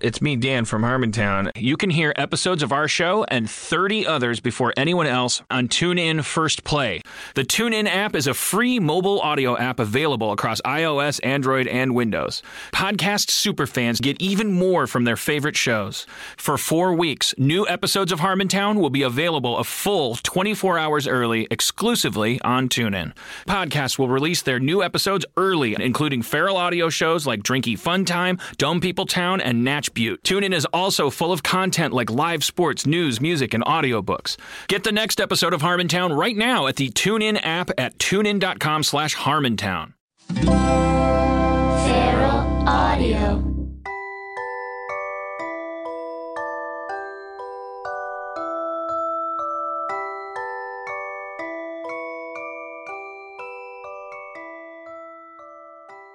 It's me, Dan from Harmontown. You can hear episodes of our show and 30 others before anyone else on TuneIn First Play. The TuneIn app is a free mobile audio app available across iOS, Android, and Windows. Podcast superfans get even more from their favorite shows. For four weeks, new episodes of Harmontown will be available a full 24 hours early exclusively on TuneIn. Podcasts will release their new episodes early, including feral audio shows like Drinky Fun Time, Dome People Town, and Natch Butte. TuneIn is also full of content like live sports, news, music, and audiobooks. Get the next episode of Harmontown right now at the TuneIn app at tunein.com slash harmontown. Feral Audio.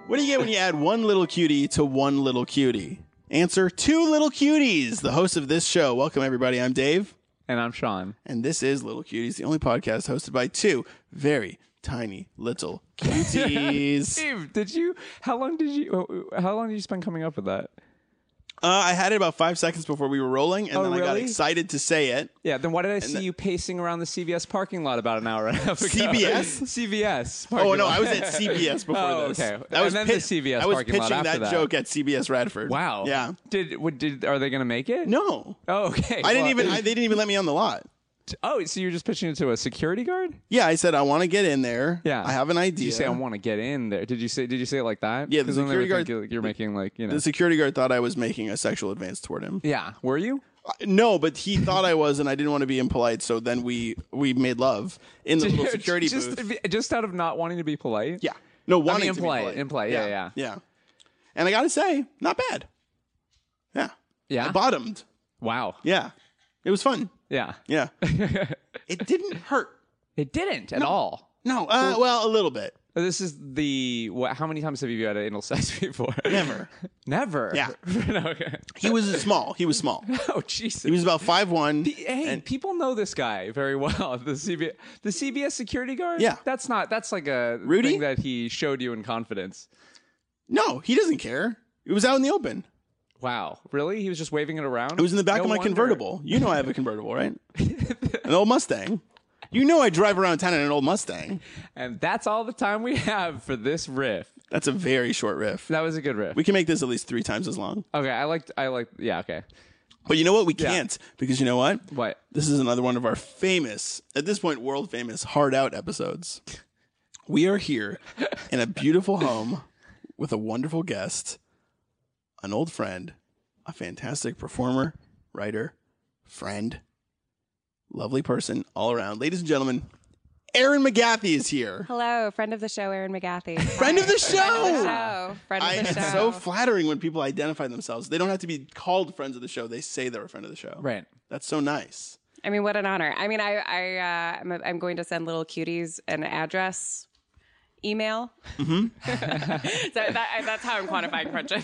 What do you get when you add one little cutie to one little cutie? Answer two little cuties, the host of this show. Welcome, everybody. I'm Dave, And I'm Sean. and this is Little Cuties, the only podcast hosted by two very tiny little cuties. uh, Dave, did you? How long did you? How long did you spend coming up with that? Uh, I had it about five seconds before we were rolling, and Oh, then I got really? excited to say it. Yeah. Then why did I see you pacing around the CVS parking lot about an hour and a half ago? CBS? CVS. Oh parking no, lot. I was at CBS before Oh, this. okay. I was And then the pit- CVS I was parking lot pitching after that, that. joke at CBS Radford. Wow. Yeah. Did what? Did are they gonna make it? No, Oh, okay. I didn't Well, even. I, they didn't even let me on the lot. oh, so you're just pitching it to a security guard? Yeah, I said I want to get in there. Yeah. I have an idea. Did you say I want to get in there? Did you say? Did you say it like that? Yeah, the 'Cause then they security would guard- think you're- You're making like you know. The security guard thought I was making a sexual advance toward him. yeah. Were you? No, but he thought I was, and I didn't want to be impolite. So then we we made love in the little security just, booth. Just out of not wanting to be polite. Yeah, no, I wanting mean, to be impolite, polite. impolite, yeah, yeah. yeah. And I gotta say, not bad. Yeah, Yeah? I bottomed. Wow. Yeah, it was fun. Yeah. Yeah, it didn't hurt. It didn't at all. No, uh, well, a little bit. This is the what? How many times have you had anal sex before? Never. Never. Yeah. okay. He was small. He was small. Oh Jesus. He was about five one. hey, people know this guy very well. The CBS, the CBS security guard. Yeah. That's not. That's like a Rudy? thing that he showed you in confidence. No, he doesn't care. It was out in the open. Wow. Really? He was just waving it around. It was in the back No of my wonder. convertible. You know I have a convertible, right? an old Mustang. You know I drive around town in an old Mustang. And that's all the time we have for this riff. That's a very short riff. That was a good riff. We can make this at least three times as long. okay. I liked. I liked. Yeah. Okay. But you know what? We can't because you know what? What? This is another one of our famous, at this point, world famous hard out episodes. We are here in a beautiful home with a wonderful guest, an old friend, a fantastic performer, writer, friend, lovely person all around. Ladies and gentlemen, Aaron McGathy is here. Hello, friend of the show, Aaron McGathy. Friend of the show. show. Friend of I, the it's show. so flattering when people identify themselves. They don't have to be called friends of the show. They say they're a friend of the show. Right. That's so nice. I mean, what an honor. I mean, I, I, uh, I'm, I'm going to send little cuties an address email. Mm-hmm. so that, that's how I'm quantifying friendship.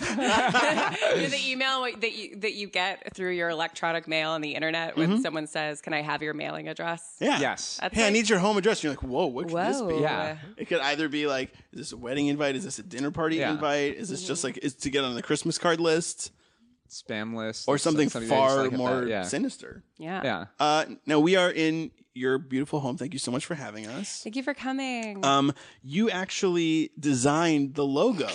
the email that you, that you get through your electronic mail and the internet when someone says, "Can I have your mailing address?" Mm-hmm. Yeah. Yes. That's hey, I like- need your home address. You're like, whoa, what could this Whoa. be? Yeah. It could either be like, is this a wedding invite? Is this a dinner party Yeah. invite? Is this just like is to get on the Christmas card list Spam list or something that you just far like at more that, Yeah. sinister? Yeah. yeah. Uh, now we are in your beautiful home. Thank you so much for having us. Thank you for coming. Um, you actually designed the logo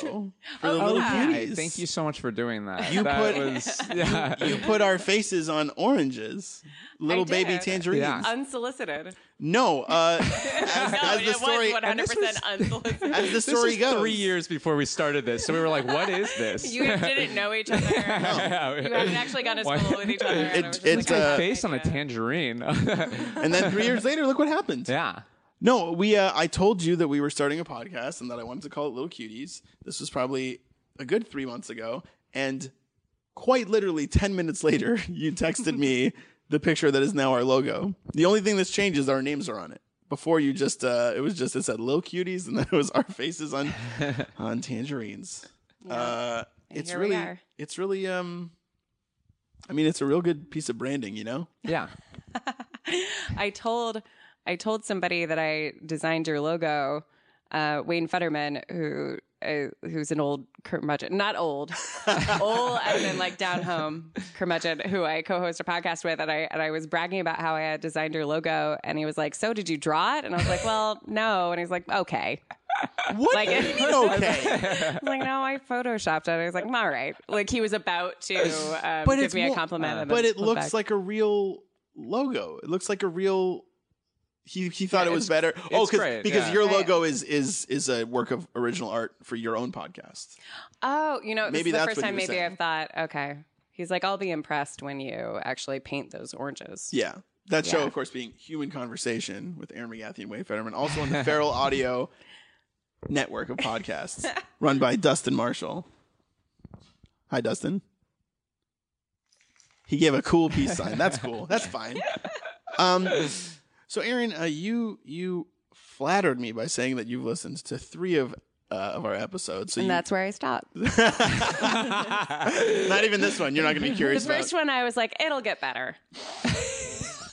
for the little yeah. Hey, cuties. thank you so much for doing that. You that put- was yeah. You put our faces on oranges, little baby did. tangerines. Yeah. unsolicited. No, uh, as, as it the story was 100 percent unsolicited. as the This story was goes, three years before we started this, so we were like, "What is this?" You didn't know each other. You haven't actually gone to Why- school with each other. and I was It- just like, it's, I uh, have no Face on a idea. tangerine. and then three years later, look what happened. yeah. No, we. Uh, I told you that we were starting a podcast and that I wanted to call it Little Cuties. This was probably a good three months ago, and quite literally ten minutes later, you texted me the picture that is now our logo. The only thing that's changed is our names are on it. Before you just, uh, it was just it said Little Cuties, and then it was our faces on on tangerines. Uh, it's here we really, are. it's really. Um, I mean, it's a real good piece of branding, you know. Yeah. I told I told somebody that I designed your logo uh, Wayne Fetterman, who uh, who's an old curmudgeon, not old, old as in like down home curmudgeon, who I co-host a podcast with, and I and I was bragging about how I had designed your logo, and he was like, "So did you draw it?" And I was like, "Well, no," and he's like, "Okay." What Like do you it- mean, okay? I was like, "No, I photoshopped it." I was like, "All right." Like he was about to um, But give it's me more- a compliment, and but then it pulled looks back. like a real logo. It looks like a real. He he thought Yeah, it was it's- better. oh, because it's great, because yeah. your Right. logo is is is a work of original art for your own podcast. Oh, you know, Maybe maybe this that's is the what first he time was maybe saying. I've thought, okay. He's like, I'll be impressed when you actually paint those oranges. Yeah. That show, Yeah. of course, being Human Conversation with Aaron McGathy and Wade Fetterman, also on the Feral Audio network of podcasts run by Dustin Marshall. Hi, Dustin. He gave a cool peace sign. That's cool. That's fine. Um, so, Aaron, uh, you you flattered me by saying that you've listened to three of uh, of our episodes. So And you- that's where I stopped. not even this one. You're not going to be The curious. about. first one, I was like, it'll get better.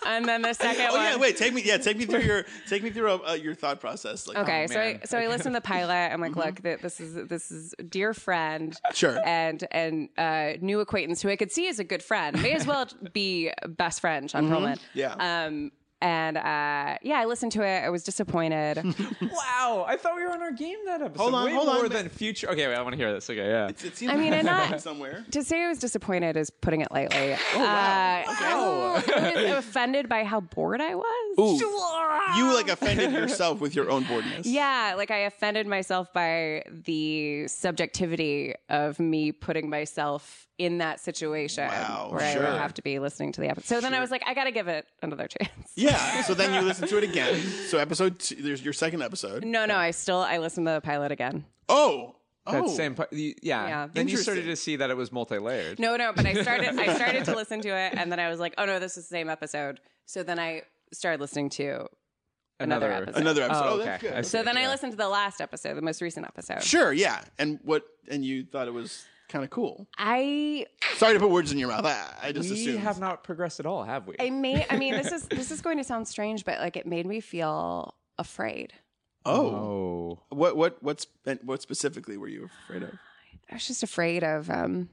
and then the second Oh one. yeah, wait. Take me. Yeah, take me through your take me through uh, your thought process. Like, Okay, so I man. so I listened to the pilot. I'm like, look, th- this is this is dear friend, Mm-hmm. Sure. and and uh, new acquaintance who I could see is a good friend. May as well be best friend, Sean Perlman. Mm-hmm. Yeah. Um. And uh, yeah, I listened to it. I was disappointed. Wow, I thought we were on our game that episode. Hold on, Way hold on, more ma- than future. Okay, wait, I want to hear this. Okay, yeah. It seems I mean, like and it's I- going somewhere. To say I was disappointed is putting it lightly. oh, wow. I was offended by how bored I was. You like offended yourself with your own boredness. Yeah, like I offended myself by the subjectivity of me putting myself in that situation Wow, where I sure. would have to be listening to the episode. So then I was like, I got to give it another chance. Yeah. So then you listen to it again. So episode two, there's your second episode. No, no, I still I listened to the pilot again. Oh. Oh. That same part. Yeah. Yeah. Then you started Interesting. to see that it was multi-layered. No, no, but I started I started to listen to it and then I was like, oh no, this is the same episode. So then I started listening to another episode. Another episode. Oh, Oh, okay. that's I good. see. So then I listened to the last episode, the most recent episode. Sure. Yeah. And what? And you thought it was kind of cool. I Sorry to put words in your mouth. I, I just We assumed. have not progressed at all, have we? I may I mean this is this is going to sound strange, but like it made me feel afraid. oh. oh. What? What? What's? and What specifically were you afraid of? I was just afraid of um,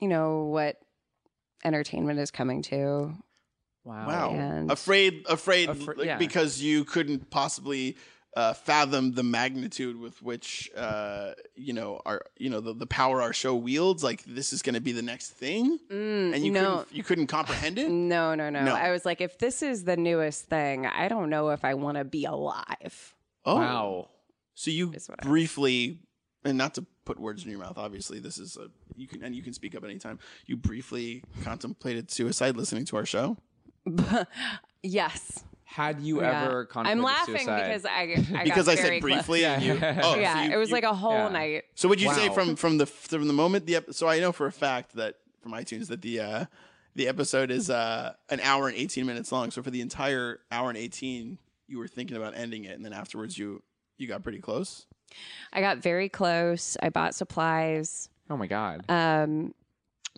you know, what entertainment is coming to. Wow. Wow. And- afraid, afraid, Afra- like, yeah. because you couldn't possibly uh, fathom the magnitude with which uh, you know our you know the, the power our show wields. Like this is going to be the next thing, and you no. couldn't you couldn't comprehend it. No, no, no, No. I was like, if this is the newest thing, I don't know if I want to be alive. Oh, Wow. so you Is what I- briefly, and not to put words in your mouth. Obviously, this is a you can and you can speak up anytime. You briefly contemplated suicide listening to our show. Yes. Had you Yeah. ever contemplated I'm laughing suicide? because I, I Because got I said very close. briefly, and you, oh, so Yeah, you- it was you- like a whole yeah. night. So would you say Wow. from from the from the moment the ep- so I know for a fact that from iTunes that the uh the episode is uh an hour and 18 minutes long. So for the entire hour and 18 you were thinking about ending it and then afterwards you you got pretty close. I got very close. I bought supplies. Oh my god. Um,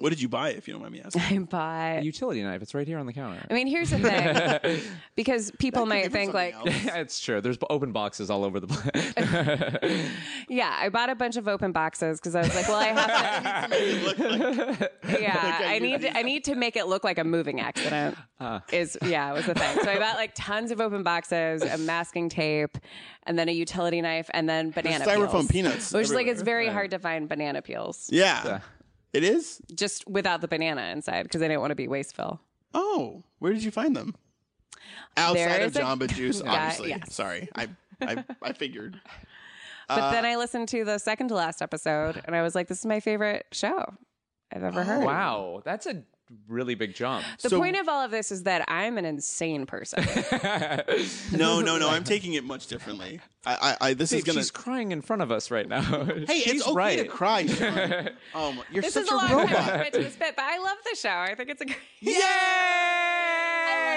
What did you buy if you don't mind me asking? I bought. A utility knife. It's right here on the counter. I mean, here's the thing, because people might think like, yeah, it's true. There's open boxes all over the place. yeah, I bought a bunch of open boxes because I was like, well, I have to, yeah, I need, I need to make it look like a moving accident. Is yeah, was the thing. So I bought like tons of open boxes, a masking tape, and then a utility knife, and then banana peels, styrofoam peanuts which is like everywhere. it's very hard to find banana peels yeah. It is? just without the banana inside because I didn't want to be wasteful. Oh, where did you find them? Outside There of is a- Jamba Juice, Yeah, obviously. yes. Sorry. I I I figured. But Uh, then I listened to the second to last episode, and I was like, this is my favorite show I've ever heard. wow, that's a really big jump. The Oh, So- point of all of this is that I'm an insane person. No, no, no. I'm taking it much differently. I I, I this is Babe, going to she's crying in front of us right now. Hey, she's it's okay right. to cry. Sean. Oh, my- you're This such is a long a robot. time to spit, but I love the show. I think it's a great. I love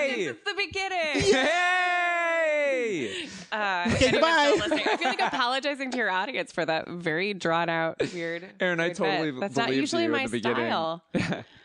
it Yay! since the beginning. Yay! Uh, if Okay, anyone's bye. still listening, I feel like apologizing to your audience for that very drawn out, weird. Aaron, I weird totally bit. That's not believed usually you in my the beginning. style.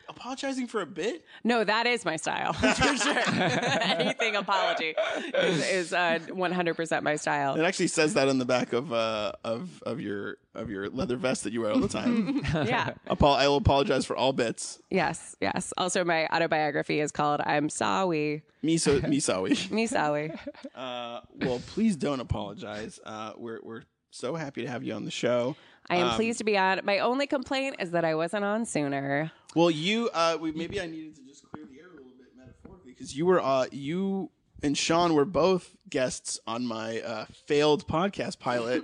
apologizing for a bit? No, that is my style for sure. Anything apology is, is uh, 100% my style. It actually says that on the back of uh of of your of your leather vest that you wear all the time. Yeah. Apo- I will apologize for all bits. Yes. Yes. Also, my autobiography is called "I'm Sawi." Miso Misawi. Me Sawi. Uh, well, please don't apologize. Uh, we're we're so happy to have you on the show. I Um, am pleased to be on. My only complaint is that I wasn't on sooner. Well, you uh, we maybe I needed to just clear the air a little bit metaphorically because you were uh you and Sean were both guests on my uh, failed podcast pilot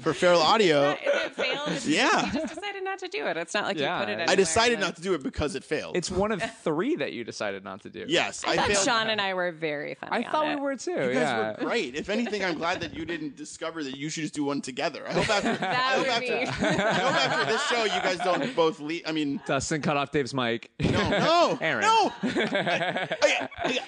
for Feral Oh. Audio. Is it failed? It's just- Yeah. You just decided not to do it. It's not like Yeah. you put it. I Anywhere I decided and then- not to do it because it failed. It's one of three that you decided not to do. yes, I, I thought failed. Sean and I were very funny. I on thought we it. were too. You guys yeah. were great. If anything, I'm glad that you didn't discover that you should just do one together. I hope after, I, hope would after be- I hope after this show, you guys don't both leave. I mean, Dustin cut off Dave's mic. no, Aaron. no. I- I-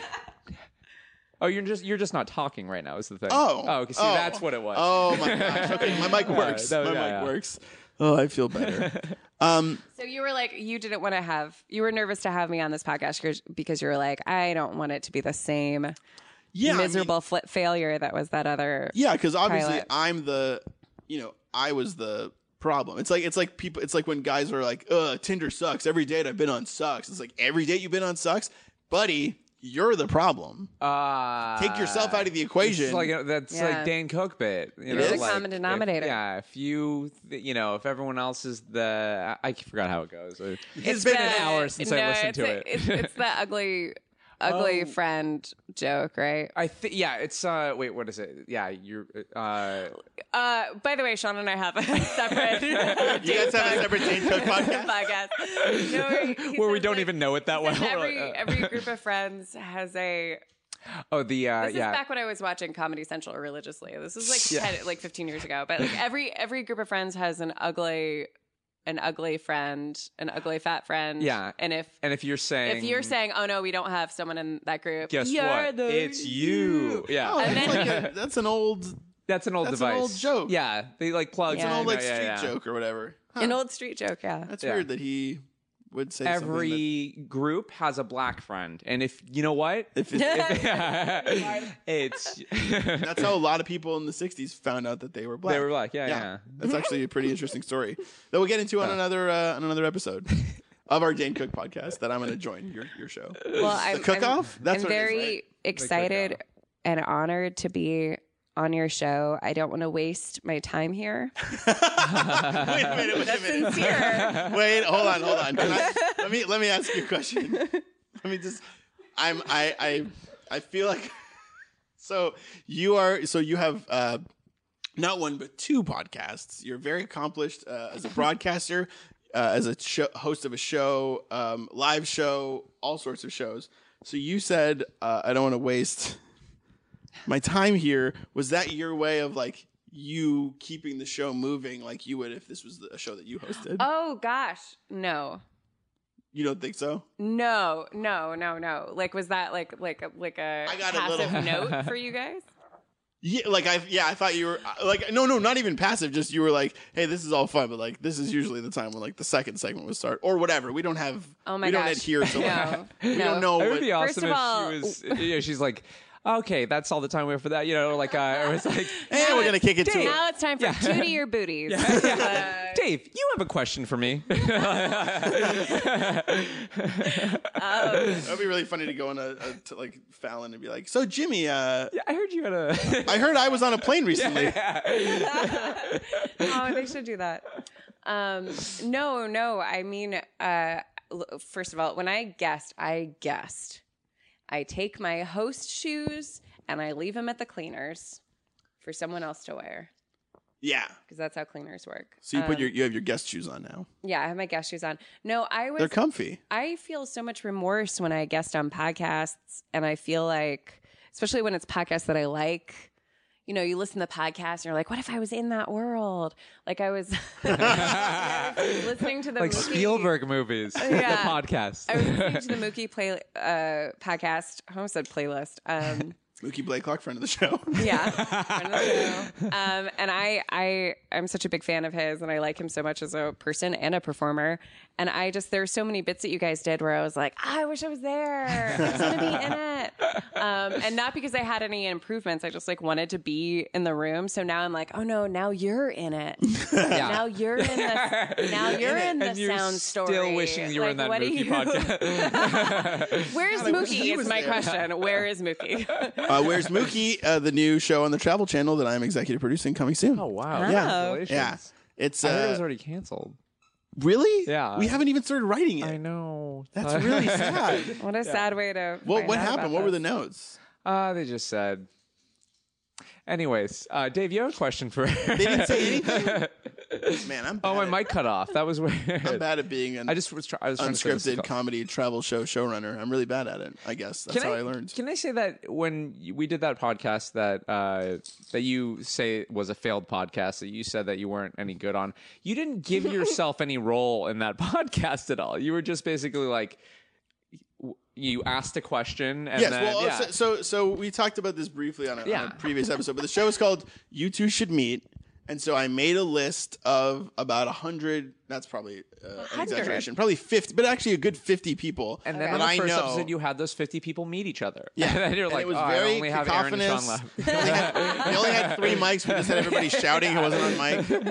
Oh, you're just you're just not talking right now. Is the thing. oh, Oh, okay. See, Oh. that's what it was. Oh my gosh. Okay, my mic works. no, my yeah, mic yeah. works. Oh, I feel better. Um, So you were like, you didn't want to have, you were nervous to have me on this podcast because- because you were like, I don't want it to be the same yeah, I mean- miserable flip failure that was that other. Yeah, because obviously Pilot. I'm the, you know, I was the problem. It's like it's like people. It's like when guys are like, "Uh, Tinder sucks. Every date I've been on sucks." It's like every date you've been on sucks, buddy. You're the problem. Ah. Take yourself out of the It's equation. like that's like Yeah. Dan Cook bit. You It know, is a like, common if- denominator. yeah, if you, th- you know, if everyone else is the, I, I forgot how it goes. Uh, It's been an the- hour since I no, listened it's to a- it. It's, it's the ugly, ugly Oh. friend joke, right? I think, yeah, it's uh, wait, what is it? Yeah, you're, uh, Uh, by the way, Sean and I have a separate. you you guys have a separate date Cook podcast. podcast. No, he where we says, don't like- even know it that he well. says Every, Uh, every group of friends has a oh, the uh, This yeah, is back when I was watching Comedy Central religiously. This is like 10, like 15 years ago. But like every every group of friends has an ugly an ugly friend, an ugly fat friend. Yeah. And if and if you're saying, if you're saying, "Oh no, we don't have someone in that group." guess you're what? the- It's you. Yeah, Oh, that's, And then- like a, that's an old, that's an old that's an device. old joke. Yeah, they like plug. It's an in, old like yeah, street yeah, yeah. joke or whatever. Huh, An old street joke, yeah. that's Yeah. weird that he would say something Every group has a black friend, and if you know what, that- if it- it's that's how a lot of people in the '60s found out that they were black. they were black. Yeah, yeah. That's actually a pretty interesting story that we'll get into on another uh, on another episode of our Dane Cook podcast that I'm going to join your your show. Well, I'm, cook-off? I'm, That's I'm what it is, very right? excited and honored to be on your show. I don't want to waste my time here. wait a minute, wait a minute. Sincere. Wait, hold on, hold on. Can I, let me let me ask you a question. Let me just. I'm I I I feel like so you are so you have uh not one but two podcasts. You're very accomplished uh, as a broadcaster, uh, as a show, host of a show, um, live show, all sorts of shows. So you said uh, I don't want to waste my time here. Was that your way of like? You keeping the show moving like you would if this was a show that you hosted. oh gosh, no. You don't think so? No, no, no, no. Like, was that like like a like a I got a passive little- note for you guys? Yeah, like I yeah, I thought you were uh, like no, no, not even passive. Just you were like, hey, this is all fun, but like this is usually the time when like the second segment would start or whatever. We don't have Oh my we don't gosh. adhere to like No, we no. don't know. It what- would be First awesome of if all- she was. You know, she's like, okay, that's all the time we have for that. You know, like uh, I was like, Hey, we're gonna kick it to Now it's time for two to your booties. Uh, Dave, you have a question for me. it would be really funny to go on a, a to like Fallon and be like, so Jimmy, uh, I heard you had a. I heard I was on a plane recently. oh, they should do that. Um, no, no. I mean, uh, l- first of all, when I guessed, I guessed. I take my host shoes and I leave them at the cleaners for someone else to wear Yeah. because that's how cleaners work. So you put Um, your you have your guest shoes on now. yeah, I have my guest shoes on. No, I was They're comfy. I feel so much remorse when I guest on podcasts, and I feel like, especially when it's podcasts that I like. You know, you listen to podcasts and you're like, "What if I was in that world?" Like I was listening to the like Mookie, Spielberg movies, Yeah. the podcast. I was listening to the Mookie play uh, podcast. I almost said playlist. Um, Mookie Blakelock, friend of the show. yeah, friend of the show. Um, and I, I, I'm such a big fan of his, and I like him so much as a person and a performer. And I just there were so many bits that you guys did where I was like, "Ah, I wish I was there. I just want to be in it. Um, and not because I had any improvements. I just like wanted to be in the room. So now I'm like, oh no, now you're in it. Now you're in the now you're in the and you're sound still story. wishing you were in Like, that what do Mookie you- podcast. Where's God, I wish he Mookie? was Is my there. question. Where is Mookie? Uh, where's Mookie? Uh, the new show on the Travel Channel that I'm executive producing coming soon. oh wow! Yeah. Congratulations. yeah. It's I heard it uh, was already canceled. really Yeah. We haven't even started writing it. I know. That's really sad. what a sad way to. Well, find what out about happened? What were this. the notes? Uh, they just said. Anyways, uh, Dave, you have a question for? They didn't say anything. Man, I'm bad oh, my at- mic cut off. That was weird. I'm bad at being an I just was. Try- I was trying to say this is unscripted called- comedy travel show showrunner. I'm really bad at it. I guess that's Can how I, learned. Can I say that when you- we did that podcast that uh, that you say was a failed podcast that you said that you weren't any good on, you didn't give yourself any role in that podcast at all. You were just basically like w- you asked a question and yes. then well, uh, yeah. so, so so we talked about this briefly on a, on a Yeah. previous episode, but the show is called "You Two Should Meet." And so I made a list of about a hundred. That's probably uh, an 100. exaggeration. Probably fifty, but actually a good fifty people. and then that on the I first know, episode, you had those fifty people meet each other. Yeah, and then you're like, it was "Oh, very I only have Aaron and Sean cacophonous. left. They only, had, they only had three mics. We just had everybody shouting. It wasn't on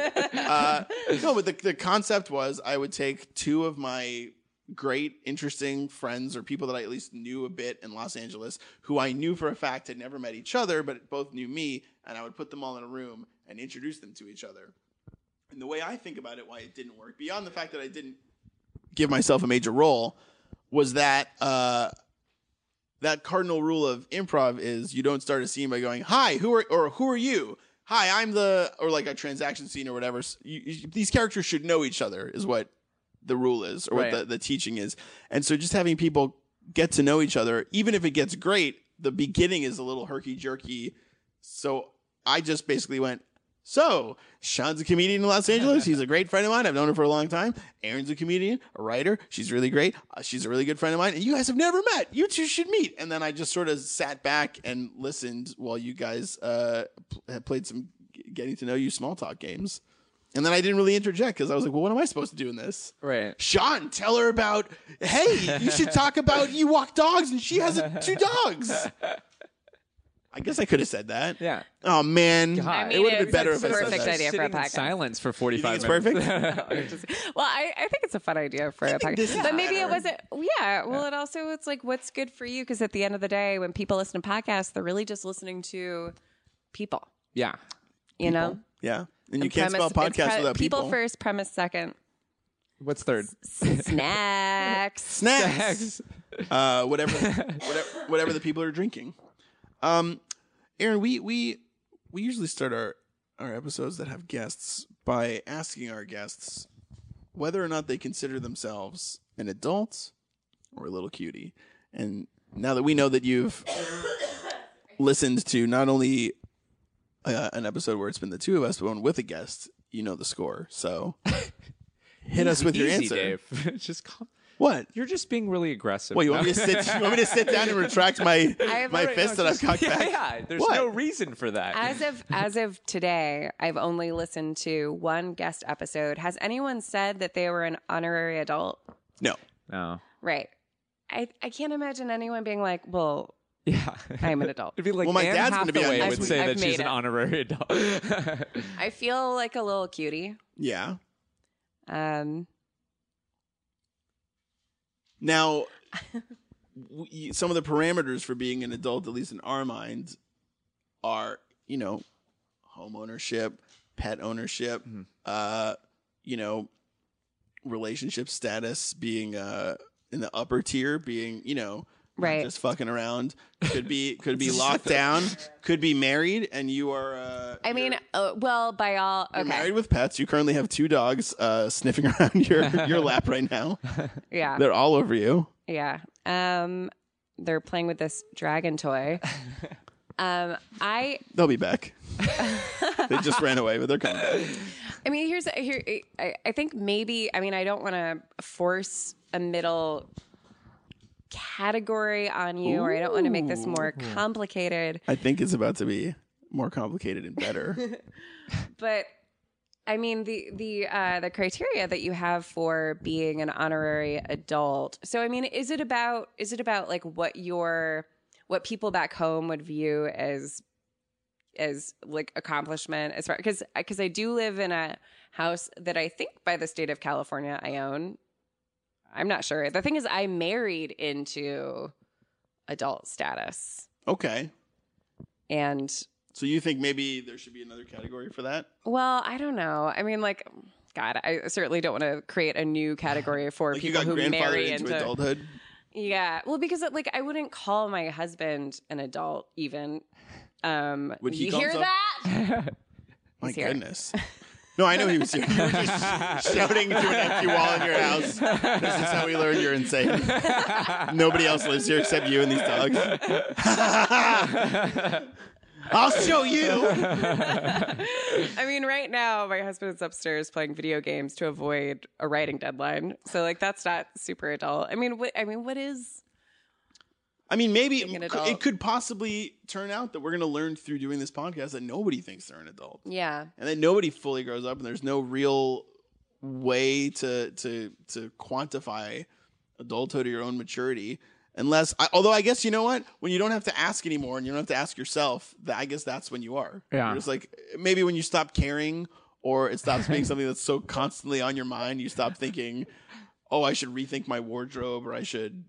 mic. Uh, no, but the, the concept was I would take two of my great, interesting friends or people that I at least knew a bit in Los Angeles, who I knew for a fact had never met each other, but both knew me, and I would put them all in a room and introduce them to each other. And the way I think about it, why it didn't work, beyond the fact that I didn't give myself a major role, was that uh, that cardinal rule of improv is you don't start a scene by going, "Hi, who are or who are you?" "Hi, I'm the" or like a transaction scene or whatever. S- you- you- these characters should know each other is what the rule is or Right. what the, the teaching is. And so just having people get to know each other, even if it gets great, the beginning is a little herky jerky. So I just basically went, so, Sean's a comedian in Los Angeles. He's a great friend of mine. I've known her for a long time. Aaron's a comedian, a writer. She's really great. Uh, she's a really good friend of mine. And you guys have never met. You two should meet. And then I just sort of sat back and listened while you guys uh, pl- had played some g- getting to know you small talk games. And then I didn't really interject because I was like, well, what am I supposed to do in this? Right. Sean, tell her about, hey, you should talk about you walk dogs and she has uh, two dogs. I guess I could have said that. Yeah. Oh, man. God. I mean, it would have been it's better if I Perfect said that. idea for a Sitting in podcast. Silence for it's forty-five. minutes. perfect? Well, I, I think it's a fun idea for a think this podcast. is But maybe it better. wasn't. Yeah. Well, it also, it's like what's good for you. Because at the end of the day, when people listen to podcasts, they're really just listening to people, yeah. you know? Yeah. And you And can't spell premise- it's podcast pre- without people. People first, premise second, What's third? S- snacks. Snacks. uh, whatever, whatever, whatever the people are drinking. Um, Aaron, we we we usually start our our episodes that have guests by asking our guests whether or not they consider themselves an adult or a little cutie. And now that we know that you've listened to not only uh, an episode where it's been the two of us, but one with a guest, you know the score. So hit us with your Easy, answer. Dave. just call- What? You're just being really aggressive. Well, you want me to No. sit? You want me to sit down and retract my have my already- fist that I've cocked yeah, back? yeah. There's What? no reason for that. As of as of today, I've only listened to one guest episode. Has anyone said that they were an honorary adult? No. no. Right. I, I can't imagine anyone being like, well, Yeah. I'm an adult. It'd be like Well, my Anne dad's gonna be on Hathaway next would week. say I've that she's made an it. honorary adult. I feel like a little cutie. Yeah. Um, Now, w- you- some of the parameters for being an adult, at least in our mind, are you know, home ownership, pet ownership, uh, you know, relationship status, being uh in the upper tier, being you know. not Right. just fucking around. Could be, could be locked down. Could be married, and you are. Uh, I mean, uh, well, by all You're married okay, with pets. You currently have two dogs uh, sniffing around your, your lap right now. yeah, They're all over you. yeah. Um, they're playing with this dragon toy. Um, I, They'll be back. they just ran away, but they're coming back. I mean, here's here. I, I think maybe. I mean, I don't want to force a middle category on you, or I don't want to make this more complicated. I think it's about to be more complicated and better. But I mean the the uh, the criteria that you have for being an honorary adult. So I mean, is it about is it about like what your what people back home would view as as like accomplishment as far because because I do live in a house that I think by the state of California I own. I'm not sure. The thing is, I married into adult status, Okay. and So you think maybe there should be another category for that? Well, I don't know. I mean, like, God, I certainly don't want to create a new category for Like you people got who grandfathered marry into, into. adulthood. Yeah, well, because like I wouldn't call my husband an adult even. Um, Would he you call hear himself- that? My here. goodness. No, I know he was here. You were just shouting to an empty wall in your house. This is how we learn you're insane. Nobody else lives here except you and these dogs. I'll show you. I mean, right now my husband's upstairs playing video games to avoid a writing deadline. So like that's not super adult. I mean, what I mean, what is? I mean, maybe an it adult. could possibly turn out that we're going to learn through doing this podcast that nobody thinks they're an adult. Yeah, and then nobody fully grows up and there's no real way to to to quantify adulthood or your own maturity unless I, although i guess you know what when you don't have to ask anymore and you don't have to ask yourself that i guess that's when you are Yeah. You're just like maybe when you stop caring or it stops being something that's so constantly on your mind you stop thinking oh i should rethink my wardrobe or i should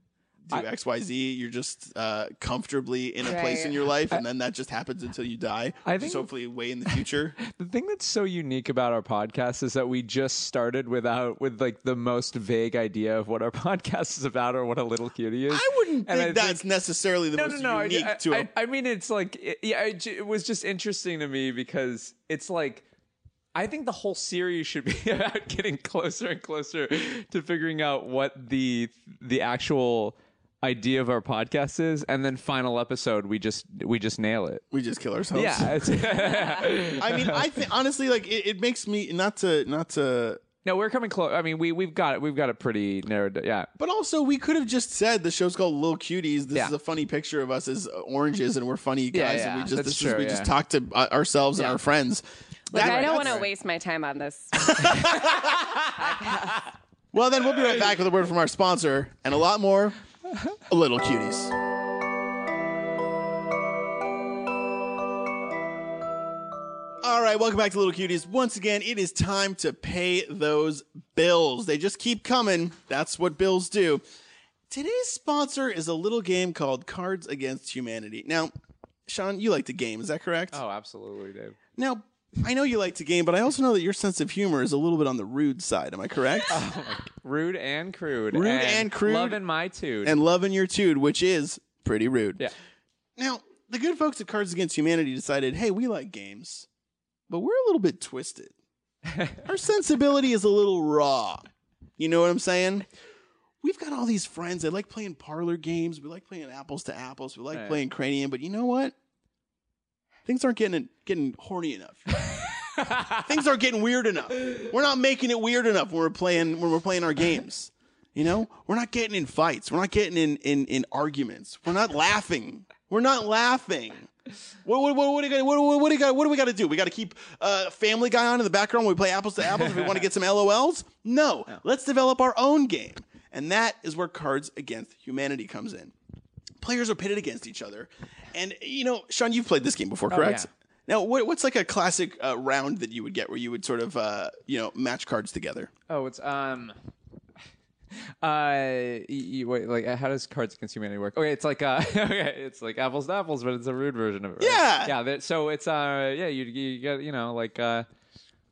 do xyz you're just uh, comfortably in a place Right. in your life and then that just happens until you die I which is think- hopefully way in the future The thing that's so unique about our podcast is that we just started without with like the most vague idea of what our podcast is about or what a little cutie is. I wouldn't And think I that's necessarily the no, no, most no. I, unique I, to a I- I mean, it's like it, yeah, it, ju- it was just interesting to me because it's like I think the whole series should be about getting closer and closer to figuring out what the the actual idea of our podcast is, and then final episode we just we just nail it. we just kill ourselves. Yeah. it's- I mean, I think honestly, like it, it makes me not to not to, no, we're coming close. I mean, we we've got it. We've got it pretty narrowed. down. Yeah. but also we could have just said the show's called Little Cuties. This Yeah. is a funny picture of us as oranges, and we're funny guys, Yeah, and we yeah, just that's this is, true, we yeah. just talk to uh, ourselves and our friends. like That- I don't want that's- to waste my time on this. Well, then we'll be right back with a word from our sponsor and a lot more Little Cuties. All right, welcome back to Little Cuties. Once again, it is time to pay those bills. They just keep coming. That's what bills do. Today's sponsor is a little game called Cards Against Humanity. Now, Sean, you like to game, is that correct? Oh, absolutely, Dave. Now, I know you like to game, but I also know that your sense of humor is a little bit on the rude side. Am I correct? Rude and crude. Rude and crude. Love and my tude. and loving your dude, which is pretty rude. Yeah. Now, the good folks at Cards Against Humanity decided, hey, we like games, but we're a little bit twisted. Our sensibility is a little raw. You know what I'm saying? We've got all these friends that like playing parlor games. We like playing apples to apples. We like Right. playing cranium. But you know what? Things aren't getting getting horny enough. Things aren't getting weird enough. We're not making it weird enough when we're playing when we're playing our games. You know, we're not getting in fights. We're not getting in in, in arguments. We're not laughing. We're not laughing. What what what what do you got? What, what, what do you got? What do we got to do? We got to keep uh, Family Guy on in the background when we play apples to apples if we want to get some LOLs. No, let's develop our own game, and that is where Cards Against Humanity comes in. Players are pitted against each other, and you know, Sean, you've played this game before, correct? yeah. Now, what, what's like a classic uh, round that you would get where you would sort of uh, you know match cards together? Oh, it's um. Uh, y- y- wait, like, uh, how does Cards Against Humanity work? Okay, it's like uh, okay, it's like apples to apples, but it's a rude version of it. right? Yeah. yeah. That, so it's uh, yeah, you you get you know like uh,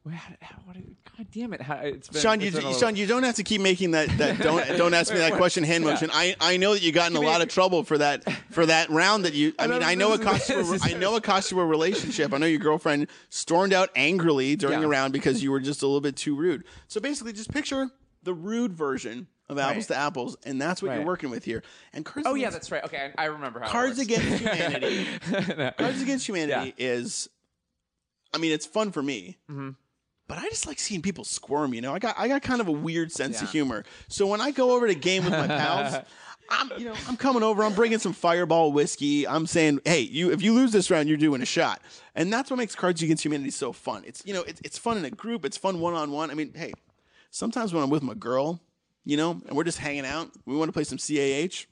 wait, how- how- what, do- God damn it, how, it's been, Sean, you it's been a little- Sean, you don't have to keep making that, that don't don't ask me that question hand motion. I, I know that you got in a lot of trouble for that for that round that you. I mean, know I know it this is- cost you. this A, is- I know it cost you a relationship. I know your girlfriend stormed out angrily during Yeah. the round because you were just a little bit too rude. So basically, just picture the rude version of apples to apples, and that's what you're Right. working with here. And Cards Oh yeah, Against- that's right. Okay, I, I remember how Cards it works. Against Humanity. Cards Against Humanity is, I mean, it's fun for me, but I just like seeing people squirm. You know, I got I got kind of a weird sense of Yeah. humor. So when I go over to game with my pals, I'm, you know, I'm coming over. I'm bringing some Fireball whiskey. I'm saying, hey, you, if you lose this round, you're doing a shot. And that's what makes Cards Against Humanity so fun. It's, you know, it's, it's fun in a group. It's fun one on one. I mean, hey, sometimes when I'm with my girl, you know, and we're just hanging out, we want to play some CAH.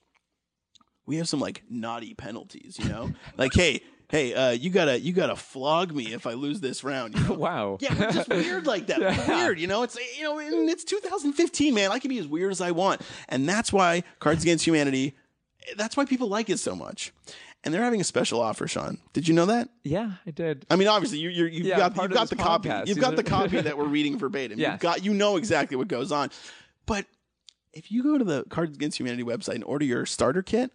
We have some like naughty penalties, you know, like hey, hey, uh, you gotta, you gotta flog me if I lose this round. You know? Wow. Yeah, we're just weird like that. We're Weird, you know. It's you know, and it's 2015, man. I can be as weird as I want, and that's why Cards Against Humanity. That's why people like it so much, and they're having a special offer, Sean. Did you know that? Yeah, I did. I mean, obviously, you, you're, you've Yeah, got part you've of got the this copy. podcast. You've These got are- the copy that we're reading verbatim. You've Yes. got you know exactly what goes on, but if you go to the Cards Against Humanity website and order your starter kit,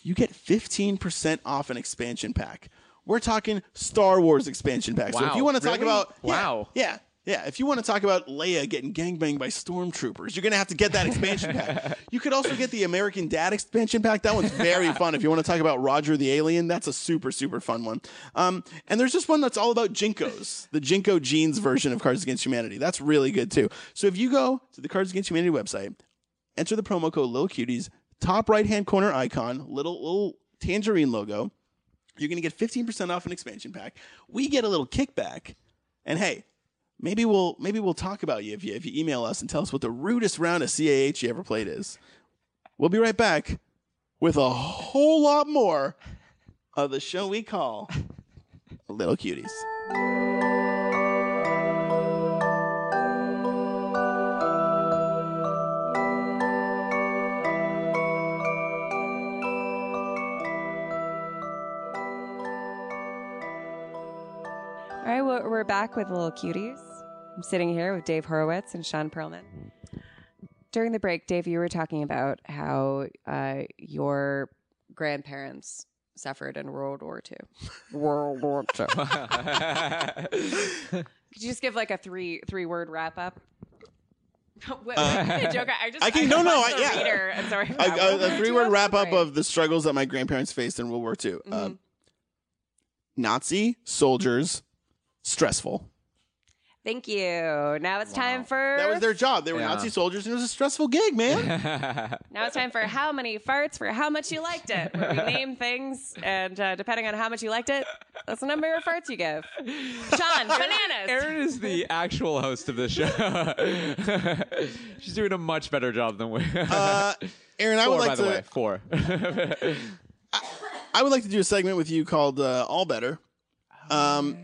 you get 15% off an expansion pack. We're talking Star Wars expansion pack. So if Wow, you want to talk really? about yeah, Wow. yeah, yeah, if you want to talk about Leia getting gangbanged by stormtroopers, you're gonna have to get that expansion pack. You could also get the American Dad expansion pack. That one's very fun. If you want to talk about Roger the Alien, that's a super super fun one. Um, and there's just one that's all about Jinkos, the Jinko jeans version of Cards Against Humanity. That's really good too. So if you go to the Cards Against Humanity website, enter the promo code little cuties top right hand corner icon little little tangerine logo you're going to get 15% off an expansion pack we get a little kickback and hey maybe we'll maybe we'll talk about you if you if you email us and tell us what the rudest round of cah you ever played is we'll be right back with a whole lot more of the show we call little cuties All right, we're we're back with little cuties. I'm sitting here with Dave Horowitz and Sean Perlman. During the break, Dave, you were talking about how uh, your grandparents suffered in World War II. World War II. Could you just give like a three three word wrap up? what, what kind of joke? I just I can- I no, no, lost I- the yeah. reader. I'm sorry. I, about I, World War a II. three word I'm wrap up sorry. of the struggles that my grandparents faced in World War II. Uh, Nazi soldiers, stressful. Thank you. Now it's time for That was their job. They were Yeah. Nazi soldiers, and it was a stressful gig, man. Now it's time for how many farts for how much you liked it. Where we name things, and uh, depending on how much you liked it, that's the number of farts you give. Sean, bananas. Erin is the actual host of the show. She's doing a much better job than we. uh, Aaron, I would four, like by to. the way, four. I would like to do a segment with you called uh, "All Better." Um,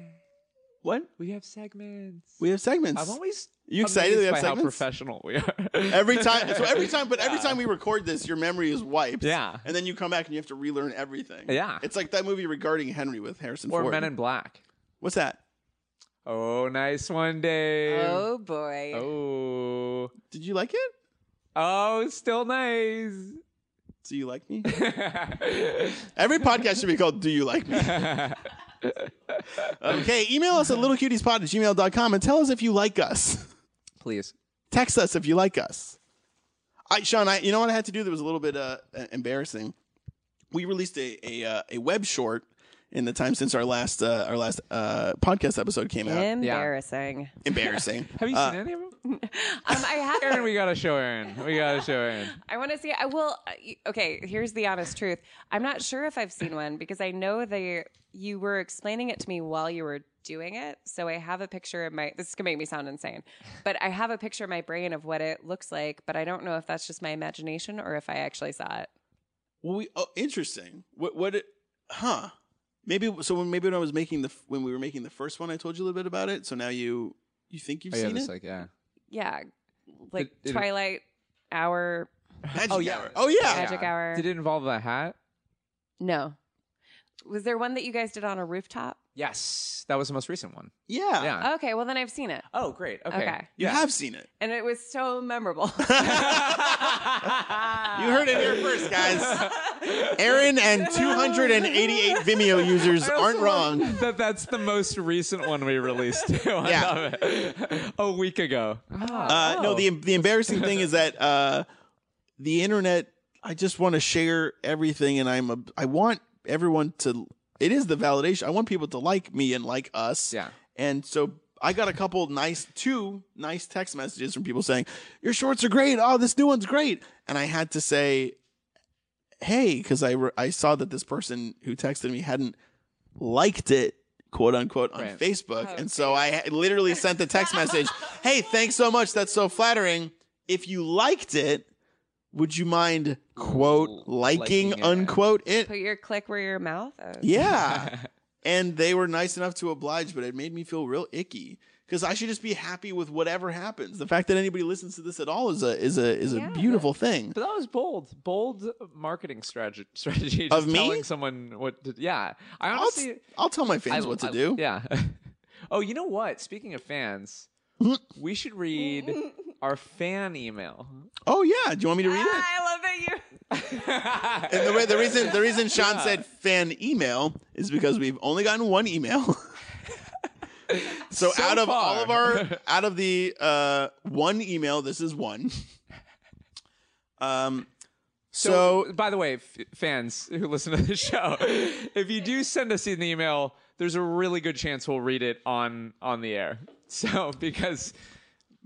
what we have segments. we have segments. I'm always You excited amazed we have by segments? how professional we are. every time, so every time, but every time we record this, your memory is wiped. Yeah. and then you come back and you have to relearn everything. Yeah. it's like that movie regarding Henry with Harrison or Ford. Men in Black. What's that? Oh, nice one, Dave. oh boy. Oh. Did you like it? Oh, still nice. Do you like me? Every podcast should be called Do You Like Me? okay, email us at littlecutiespod at gmail.com and tell us if you like us. Please. Text us if you like us. I, Sean, I, you know what I had to do that was a little bit uh, embarrassing? We released a, a, uh, a web short in the time since our last uh, our last uh, podcast episode came out. Embarrassing. Embarrassing. Have you Uh, seen any of them? Um, I have. Aaron, we gotta show Aaron. We gotta show Aaron. I want to see. I will. uh, y- Okay, here's the honest truth. I'm not sure if I've seen one because I know they. You were explaining it to me while you were doing it, so I have a picture of my. This is gonna make me sound insane, but I have a picture in my brain of what it looks like. But I don't know if that's just my imagination or if I actually saw it. Well, we oh, interesting. What what? It, huh? Maybe so. When maybe when I was making the f- when we were making the first one, I told you a little bit about it. So now you you think you've Oh, yeah, seen this it? like yeah. Yeah, like Did- did it- Twilight Hour, Magic Oh, yeah. Hour. Oh yeah. Magic Hour. Did it involve the hat? no, was there one that you guys did on a rooftop? Yes, that was the most recent one. Yeah. Yeah. Okay, well then I've seen it, oh, great. Uh, Okay. Okay. You have seen it. and it was so memorable. You heard it here first, guys. Aaron and 288 Vimeo users aren't wrong. that that's the most recent one we released too. I Yeah. love it. A week ago. Uh, Oh. No, the the embarrassing thing is that uh, the internet. I just want to share everything, and I'm a, I want everyone to. It is the validation. I want people to like me and like us. Yeah. And so I got a couple nice, two nice text messages from people saying, "Your shorts are great. Oh, this new one's great." And I had to say, hey, because I, re- I saw that this person who texted me hadn't liked it, quote unquote, on Right. Facebook. and so I ha- literally sent the text message, hey, thanks so much. That's so flattering. If you liked it, would you mind, quote, liking, Liking it. unquote, it? Put your click where your mouth is. Yeah. and they were nice enough to oblige, but it made me feel real icky because I should just be happy with whatever happens. The fact that anybody listens to this at all is a is a is a Yeah. beautiful thing. But that was bold, bold marketing strategy. Strategy just Of me? telling someone what. To, yeah, I I'll, honestly. I'll tell my fans I- what to I- do. Yeah. oh, you know what? Speaking of fans, we should read our fan email. Oh yeah, do you want me to read it? Ah, I love that you. And the way the reason the reason Sean said fan email is because we've only gotten one email. so, So out of far. all of our out of the uh, one email, this is one. Um. So, by the way, f- fans who listen to the show, if you do send us an email, there's a really good chance we'll read it on on the air. So because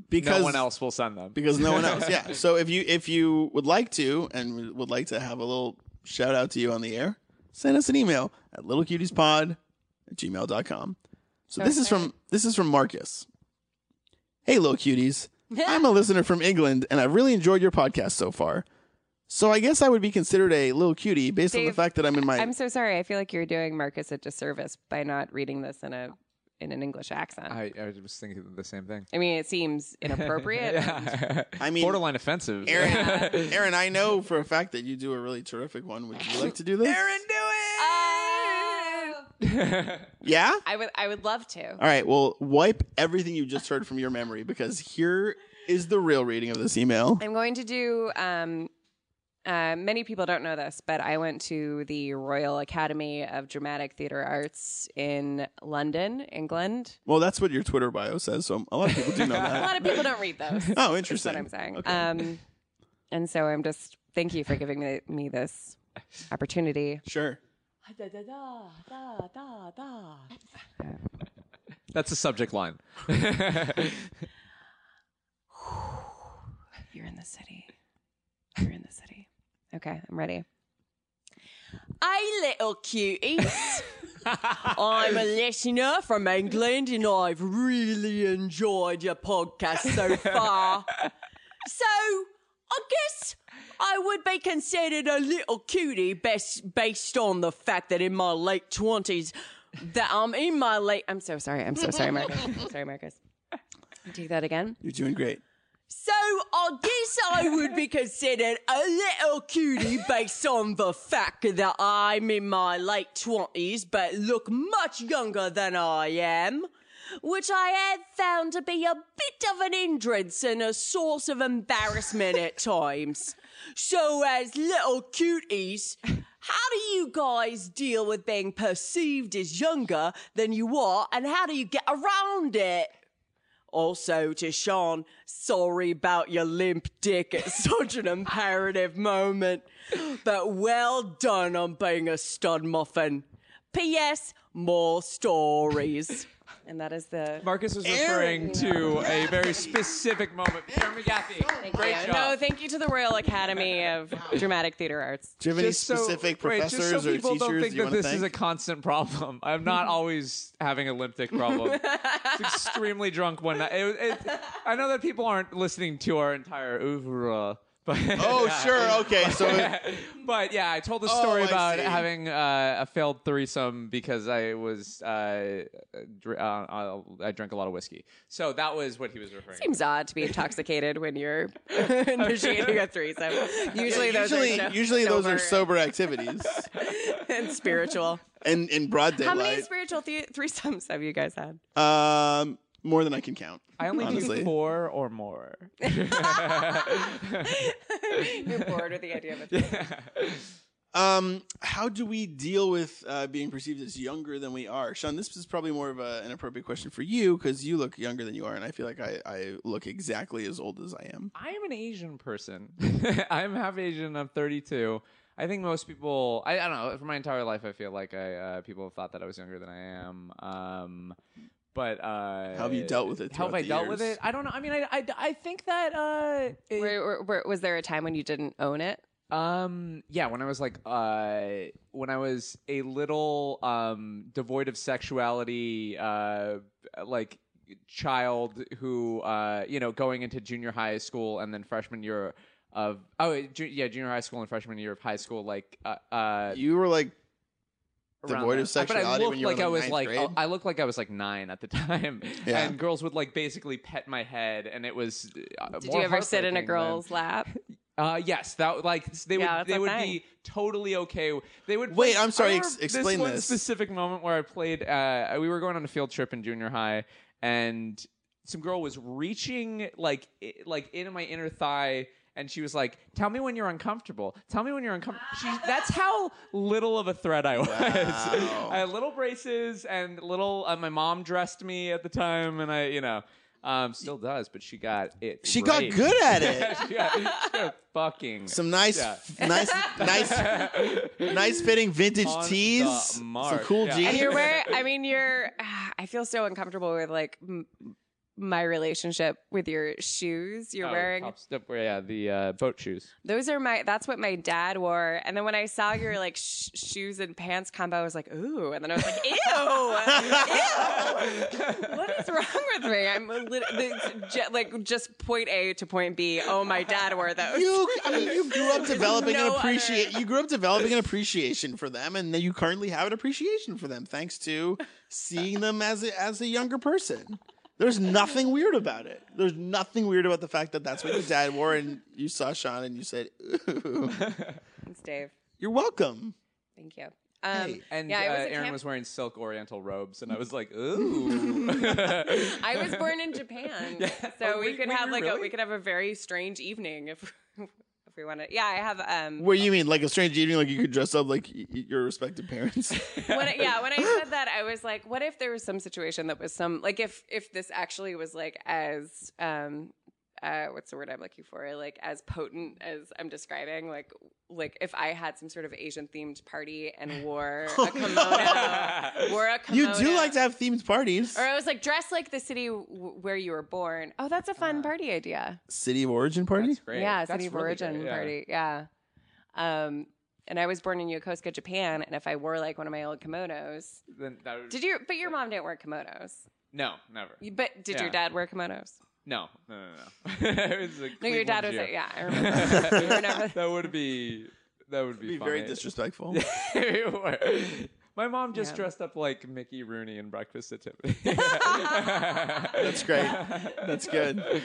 because no one else will send them. because no one else. Yeah. So if you if you would like to and would like to have a little shout out to you on the air, send us an email at littlecutiespod at gmail.com. So this is from this is from Marcus. Hey little cuties. I'm a listener from England and I've really enjoyed your podcast so far. So I guess I would be considered a little cutie based on the Dave, fact that I'm in my I'm so sorry. I feel like you're doing Marcus a disservice by not reading this in a in an English accent. I, I, I was thinking the same thing. mean, it seems inappropriate. I mean Borderline offensive. Aaron, Aaron, I know for a fact that you do a really terrific one. Would you like to do this? Aaron, Oh. yeah. I would I would love to. All right, well, wipe everything you just heard from your memory because here is the real reading of this email. I'm going to do. Um, uh, many people don't know this, but I went to the Royal Academy of Dramatic Theatre Arts in London, England. Well, that's what your Twitter bio says, so a lot of people do know A that. lot of people don't read those. That's Oh, interesting. what I'm saying. Um, and so I'm just thank you for giving me, me this opportunity. Sure. That's the subject line. You're in the city. You're in the city. Okay, I'm ready. Hey, little cuties. I'm a listener from England and I've really enjoyed your podcast so far. So I guess I would be considered a little cutie best based on the fact that in my late twenties that I'm in my late I'm so sorry. I'm so sorry, Marcus. I'm sorry, Marcus. Do that again. You're doing great. so I guess I would be considered a little cutie based on the fact that I'm in my late twenties but look much younger than I am. Which I have found to be a bit of an hindrance and a source of embarrassment at times. So, as little cuties, how do you guys deal with being perceived as younger than you are, and how do you get around it? Also, to Sean, sorry about your limp dick at such an imperative moment, but well done on being a stud muffin. P.S. More stories. And that is the. Marcus was referring to a very specific moment. Aaron McGaffey. Great Yeah, job. No, thank you to the Royal Academy of Dramatic Theater Arts. Do you have any Just so- specific wait, just so professors or people teachers don't think you that want to this thank? is a constant problem. I'm not always having a limp dick problem. it's extremely drunk one night. It- it- I know that people aren't listening to our entire oeuvre, but oh, sure. Okay. So but yeah, I told a story I about see. having uh, a failed threesome because I was uh, dr- uh, I drank a lot of whiskey. So that was what he was referring. to. Seems odd to be intoxicated when you're initiating a threesome. Usually, those usually, are so- usually those are sober activities and spiritual. and in broad How many daylight. spiritual the- threesomes have you guys had? um, more than I can count. I only honestly. do four or more. You're bored with the idea of it. Um, how do we deal with uh, being perceived as younger than we are, Sean? This is probably more of a, an appropriate question for you because you look younger than you are, and I feel like I, I look exactly as old as I am. I'm an Asian person. I'm half Asian. I'm 32. I think most people. I, I don't know. For my entire life, I feel like I uh, people have thought that I was younger than I am. Um, but uh, How have you dealt with it How have throughout I the dealt with years? it? I don't know. I mean, I I, I think that uh, it- Were- were- were- was there a time when you didn't own it? Um, yeah, when I was like, uh, when I was a little, um, devoid of sexuality, uh, like child who, uh, you know, going into junior high school and then freshman year of, oh, ju- yeah, junior high school and freshman year of high school, like, uh, uh, You were like around devoid of there. But I sexuality when looked you were like in, I like, was ninth like grade? I looked like I was like nine at the time, Yeah. and girls would like basically pet my head, and it was. Uh, Did you ever sit in a girl's lap? Uh, yes, that like they Yeah, would that's they a would thing. be totally okay. They would Wait, I'm sorry, I ex- remember explain this one this. specific moment where I played. Uh, we were going on a field trip in junior high, and some girl was reaching like i- like into my inner thigh. And she was like, "Tell me when you're uncomfortable. Tell me when you're uncomfortable." That's how little of a threat I was. I had little braces and little. Uh, my mom dressed me at the time, and I, you know, um, still does. But she got it. She got right. good at it. she got, she got fucking Some nice, Yeah. nice, nice, nice fitting vintage On the tees. Some mark, cool yeah. jeans. And you're wearing, I mean, you're, I feel so uncomfortable with like m- my relationship with your shoes. You're Oh, wearing, top step, yeah, the uh, boat shoes. those are my, that's what my dad wore. And then when I saw your like sh- shoes and pants combo, I was like, ooh. And then I was like, ew, ew. What is wrong with me? I'm a lit- the- j- like just point A to point B. Oh, my dad wore those. You, I mean, you grew up developing no an other- appreciate. You grew up developing an appreciation for them, and then you currently have an appreciation for them thanks to seeing them as a, as a younger person. There's nothing weird about it. There's nothing weird about the fact that that's what your dad wore, and you saw Sean, and you said, "Ooh, Thanks, Dave. you're welcome." Thank you. Um, Hey, And yeah, I uh, was at Aaron camp- was wearing silk Oriental robes, and I was like, ooh. I was born in Japan, so Oh, we wait, could wait, have you like a, really? we could have a very strange evening if if we wanted. Yeah, I have um. What do you mean, like a strange evening? Like you could dress up like y- y- your respective parents? When I, yeah, when I said that, I was like, what if there was some situation that was some like if if this actually was like as um uh what's the word I'm looking for like as potent as I'm describing like like if I had some sort of Asian themed party and wore Oh, a kimono wore a You kimono do like to have themed parties. Oh, or I was like dress like the city w- where you were born. Oh, that's a fun party idea. City of origin party. That's Uh, great. Yeah, That's city of really origin great, yeah. party. Yeah. Um, and I was born in Yokosuka, Japan, and if I wore like one of my old kimonos, Then that would- did you? But your mom didn't wear kimonos. No, never. You- But did your Yeah. dad wear kimonos? No, no, no, no. It was a No, your dad was. Cleveland Like, Jew. yeah, I remember. You were never- that would be. That would be, Be very funny. disrespectful. My mom just Yeah. dressed up like Mickey Rooney in Breakfast at Tiffany. That's great. That's good.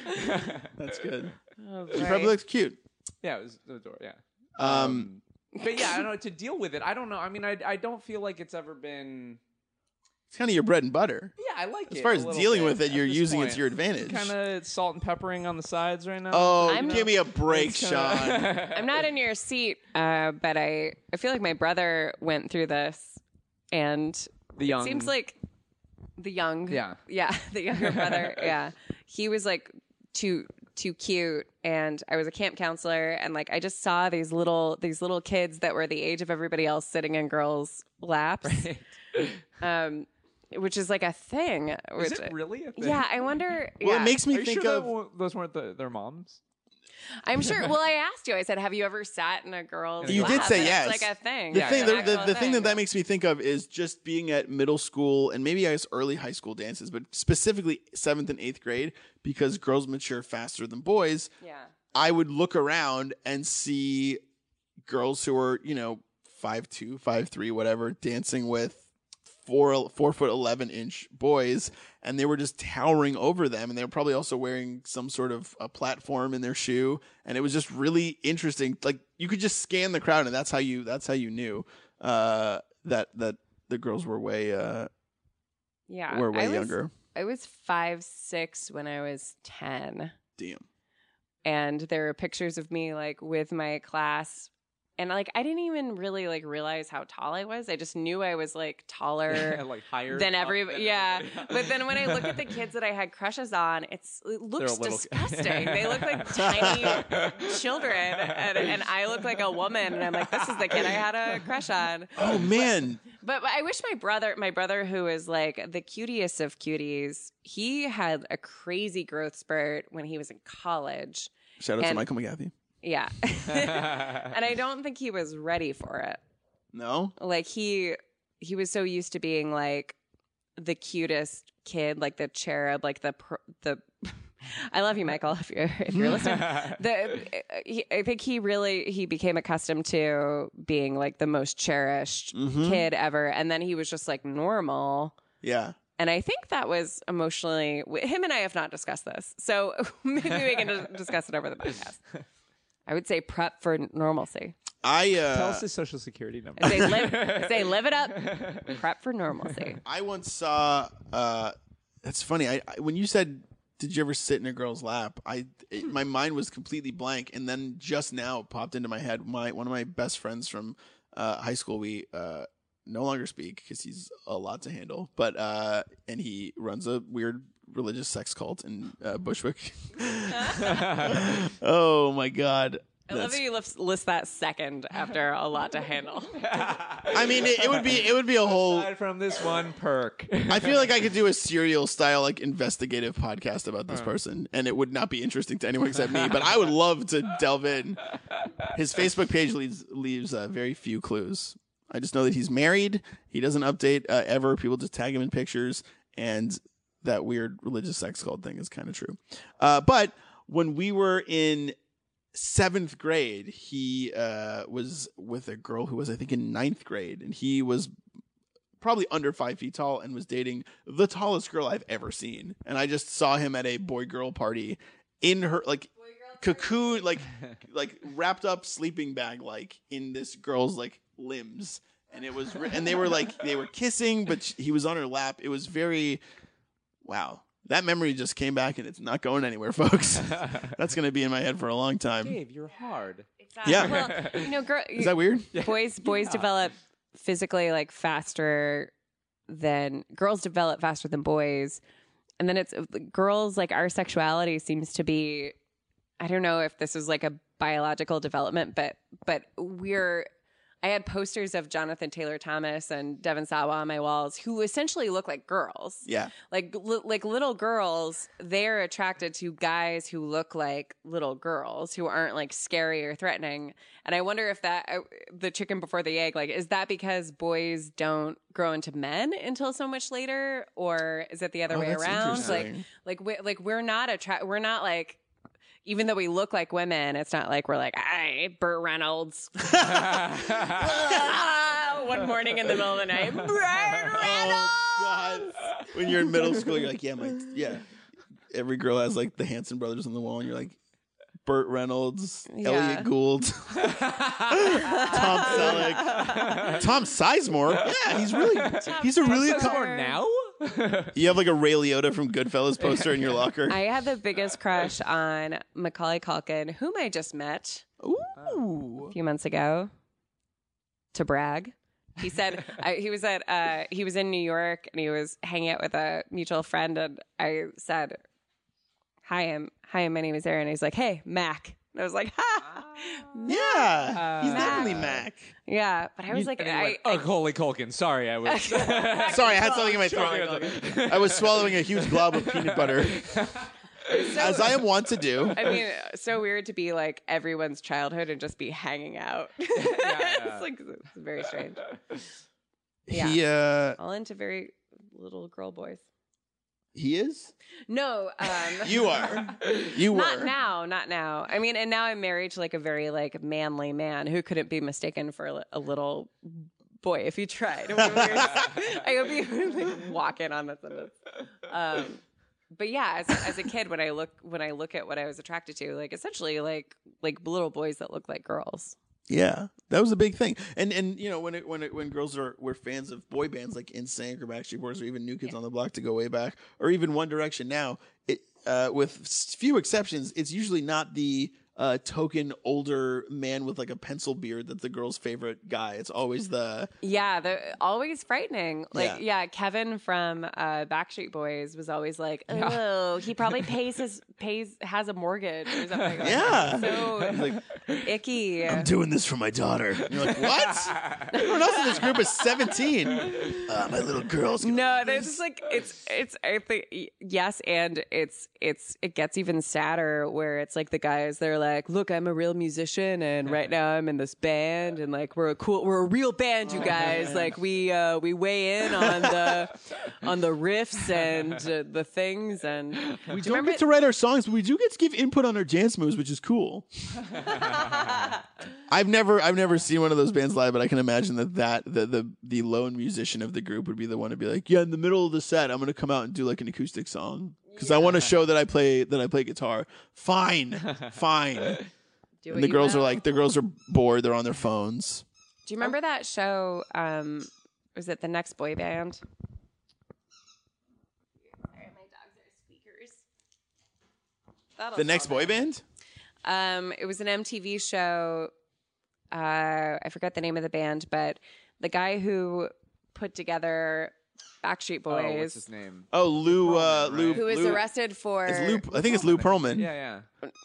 That's good. Oh, She right. probably looks cute. yeah, it was adorable. Yeah. um but yeah, I don't know to deal with it. I don't know. I mean, I I don't feel like it's ever been. it's kind of your bread and butter. Yeah, I like it. As far as dealing with it, you're using it to your advantage. Kind of salt and peppering on the sides right now. oh, I'm- give me a break, uh, Sean. I'm not in your seat, uh, but I I feel like my brother went through this, and the young Seems like the young. Yeah. Yeah. The younger brother. yeah. He was like too too cute and I was a camp counselor and like I just saw these little these little kids that were the age of everybody else sitting in girls' laps. Um which is like a thing. Is which- it really? A thing? Yeah, I wonder. Well, yeah. it makes me Are you think sure of that wa- those weren't the, their moms? I'm sure. Well, I asked you. I said, "Have you ever sat in a girl's?" You lap? did say And yes. It's like a thing. the Yeah, thing. It's an the, the, actual the thing that that makes me think of is just being at middle school and maybe I guess early high school dances, but specifically seventh and eighth grade because girls mature faster than boys. Yeah. I would look around and see girls who are, you know, five two, five three, whatever, dancing with four four foot eleven inch boys, and they were just towering over them, and they were probably also wearing some sort of a platform in their shoe, and it was just really interesting. Like you could just scan the crowd, and that's how you that's how you knew uh, that that the girls were way uh, Yeah. were way I was- younger. I was five six when I was ten. Damn. and there are pictures of me like with my class and like i didn't even really like realize how tall i was i just knew i was like taller like higher than up everybody than yeah everybody. but then when i look at the kids that i had crushes on it's it looks little- disgusting they look like tiny children and, and i look like a woman and i'm like this is the kid i had a crush on Oh man, but, but I wish my brother, my brother who is like the cutest of cuties, he had a crazy growth spurt when he was in college. shout out to And- Michael McGathy. Yeah. and I don't think he was ready for it. No? Like he he was so used to being like the cutest kid, like the cherub, like the pr- the I love you, Michael. If you're if you're listening, the he, I think he really he became accustomed to being like the most cherished Mm-hmm. kid ever, and then he was just like normal. Yeah. And I think that was emotionally. Him and I have not discussed this, so maybe we can just discuss it over the podcast. I would say prep for normalcy. I uh, Tell us his social security number. Say live, say live it up. Prep for normalcy. I once saw. Uh, that's funny. I, I when you said, "Did you ever sit in a girl's lap?" I it, Hmm. my mind was completely blank, and then just now popped into my head. My one of my best friends from uh, high school. We uh, no longer speak because he's a lot to handle. But uh, and he runs a weird religious sex cult in uh, Bushwick. oh my god. I love That's- that you list, list that second after a lot to handle. I mean, it, it would be it would be a whole. Aside from this one perk. I feel like I could do a serial style like investigative podcast about this person, and it would not be interesting to anyone except me. But I would love to delve in. His Facebook page leaves leaves uh, very few clues. I just know that he's married. He doesn't update uh, ever. People just tag him in pictures, and that weird religious sex cult thing is kind of true. Uh, but when we were in seventh grade, he uh, was with a girl who was, I think, in ninth grade, and he was probably under five feet tall and was dating the tallest girl I've ever seen. And I just saw him at a boy girl party in her like cocoon like like wrapped up sleeping bag like in this girl's like limbs and it was re- and they were like they were kissing but sh he was on her lap it was very wow that memory just came back and it's not going anywhere folks that's going to be in my head for a long time Dave, you're hard. Yeah. Well, you know, girl, is that weird boys boys develop physically like faster than girls develop faster than boys, and then it's girls like our sexuality seems to be. I don't know if this is like a biological development, but but we're. I had posters of Jonathan Taylor Thomas and Devin Sawa on my walls, who essentially look like girls yeah like li- like little girls they're attracted to guys who look like little girls who aren't like scary or threatening and i wonder if that I- the chicken before the egg like is that because boys don't grow into men until so much later or is it the other Oh, way that's around like interesting. like we, like we're not attract we're not like even though we look like women, it's not like we're like, "Hey, Burt Reynolds." One morning in the middle of the night, Burt Reynolds. Oh God! When you're in middle school, you're like, yeah, my yeah. Every girl has like the Hanson brothers on the wall, and you're like, Burt Reynolds, Yeah. Elliot Gould, Tom Selleck, Tom Sizemore. Yeah, he's really he's a really. Sizemore. Co- Or now? you have like a Ray Liotta from Goodfellas poster in your locker. I had the biggest crush on Macaulay Culkin, whom I just met Ooh, a few months ago. To brag, he said I, he was at uh, he was in New York and he was hanging out with a mutual friend, and I said, "Hi, I'm hi, my name is Aaron." He's like, "Hey, Mac." And I was like, "Ha, yeah, he's Uh, definitely Mac. yeah." But I was like, And he I, went, oh, holy Culkin. Sorry, I was. Sorry, I had something in my throat. Sorry. I was swallowing a huge glob of peanut butter, Oh, as I am wont to do. I mean, so weird to be like everyone's childhood and just be hanging out. yeah. it's like it's very strange. He uh, All into very little girl boys. he is. No, um, You are. You not were. now, not now. I mean, and now I'm married to like a very like manly man who couldn't be mistaken for a li- a little boy if he tried. We were- I hope you like, walk in on this. and this. Um, but yeah, as, as a kid, when I look when I look at what I was attracted to, like essentially like like little boys that look like girls. Yeah, that was a big thing. And and you know when it, when it, when girls are were fans of boy bands like NSYNC or Backstreet Boys or even New Kids on the Block to go way back or even One Direction now, it uh, with s- few exceptions, it's usually not the uh, token older man with like a pencil beard that's the girl's favorite guy. It's always the Yeah, they're always frightening. Yeah. Like, yeah, Kevin from uh, Backstreet Boys was always like, "Oh, he probably pays his pays has a mortgage or something. Like Yeah. that. so Like, icky. I'm doing this for my daughter. And you're like, what? Everyone else in this group is 17. Uh, my little girl's. gonna No, love there's this. just like it's it's I think y- yes, and it's it's it gets even sadder where it's like the guys they're like, look, I'm a real musician, and right now I'm in this band, and like we're a cool, we're a real band, you guys. Like we uh, we weigh in on the on the riffs and uh, the things, and We Do do you not remember- get to write our songs, but we do get to give input on our dance moves, which is cool. I've never, I've never seen one of those bands live, but I can imagine that that the the, the lone musician of the group would be the one to be like, yeah, in the middle of the set, I'm gonna come out and do like an acoustic song because I want to show that I play that I play guitar. Fine, fine. do and the what you girls are will. like, the girls are bored. They're on their phones. do you remember that show? Um, was it the next boy band? Sorry, my dogs are squeakers. That'll The next solve it. boy band. Um, it was an MTV show. Uh, I forget the name of the band, but the guy who put together Backstreet Boys, Oh, what's his name? Oh, Lou, uh, Perlman, Lou, right? who was Lou, arrested for It's Lou, I think it's Lou Perlman. Yeah, yeah.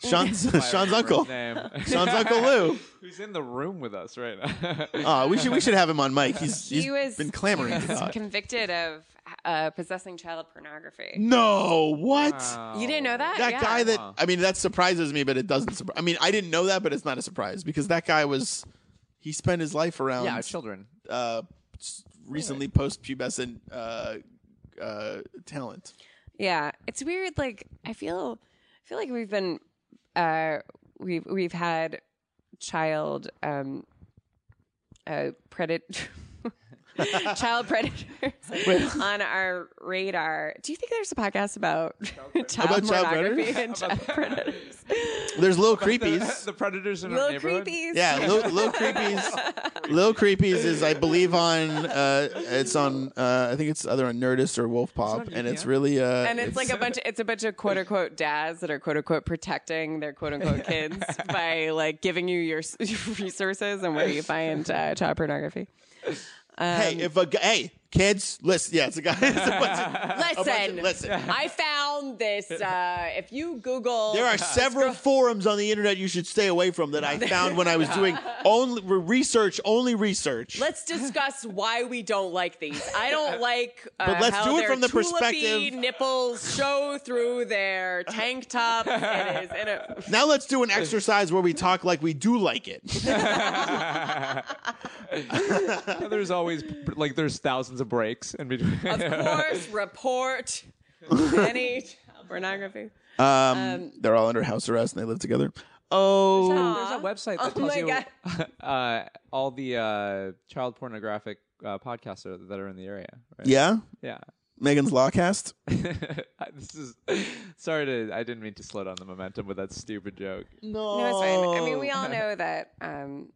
Sean's I Sean's remember uncle. his name. Sean's uncle Lou. Who's in the room with us right now? Oh, we should we should have him on mic. He's he he's was been clamoring he was for that. convicted of uh, possessing child pornography. No, what? Uh, Um, You didn't know that? That Yeah. guy that I mean that surprises me, but it doesn't. Surpri- I mean, I didn't know that, but it's not a surprise because that guy was he spent his life around Yeah, children. uh, s- recently post pubescent uh, uh, talent. Yeah, it's weird. Like I feel, I feel like we've been, uh, we've we've had child, um, uh, predator, child predators on our radar. Do you think there's a podcast about child About child pornography and child predators? There's little creepies. The predators in our Little neighborhood. creepies. yeah, Lil, Lil Creepies. Lil Creepies is, I believe, on uh, it's on. Uh, I think it's either on Nerdist or Wolf Pop, and it's really. Uh, And it's like a bunch. It's a bunch of quote unquote dads that are quote unquote protecting their quote unquote kids by like giving you your s- resources and where you find uh, child pornography. Um, hey, if a gu- hey kids, listen. Yeah, it's a guy. It's a bunch of, a bunch of- Listen, listen. I found this. Uh, if you Google, There are several forums on the internet you should stay away from that I found when I was doing only research, only research. Let's discuss why we don't like these. I don't like. Uh, But let's how do it their from the tulipy perspective- Nipples show through their tank tops. It is. And it, now let's do an exercise where we talk like we do like it. There's always like there's thousands of breaks in between. of course, report any child pornography. Um, they're all under house arrest and they live together. Oh, There's a website that Oh tells my you uh, all the uh, child pornographic uh, podcasts are, that are in the area. Right? yeah. Yeah. Megan's Lawcast. I- this is sorry to I didn't mean to slow down the momentum with that stupid joke. No, No, it's fine. I mean, we all know that um,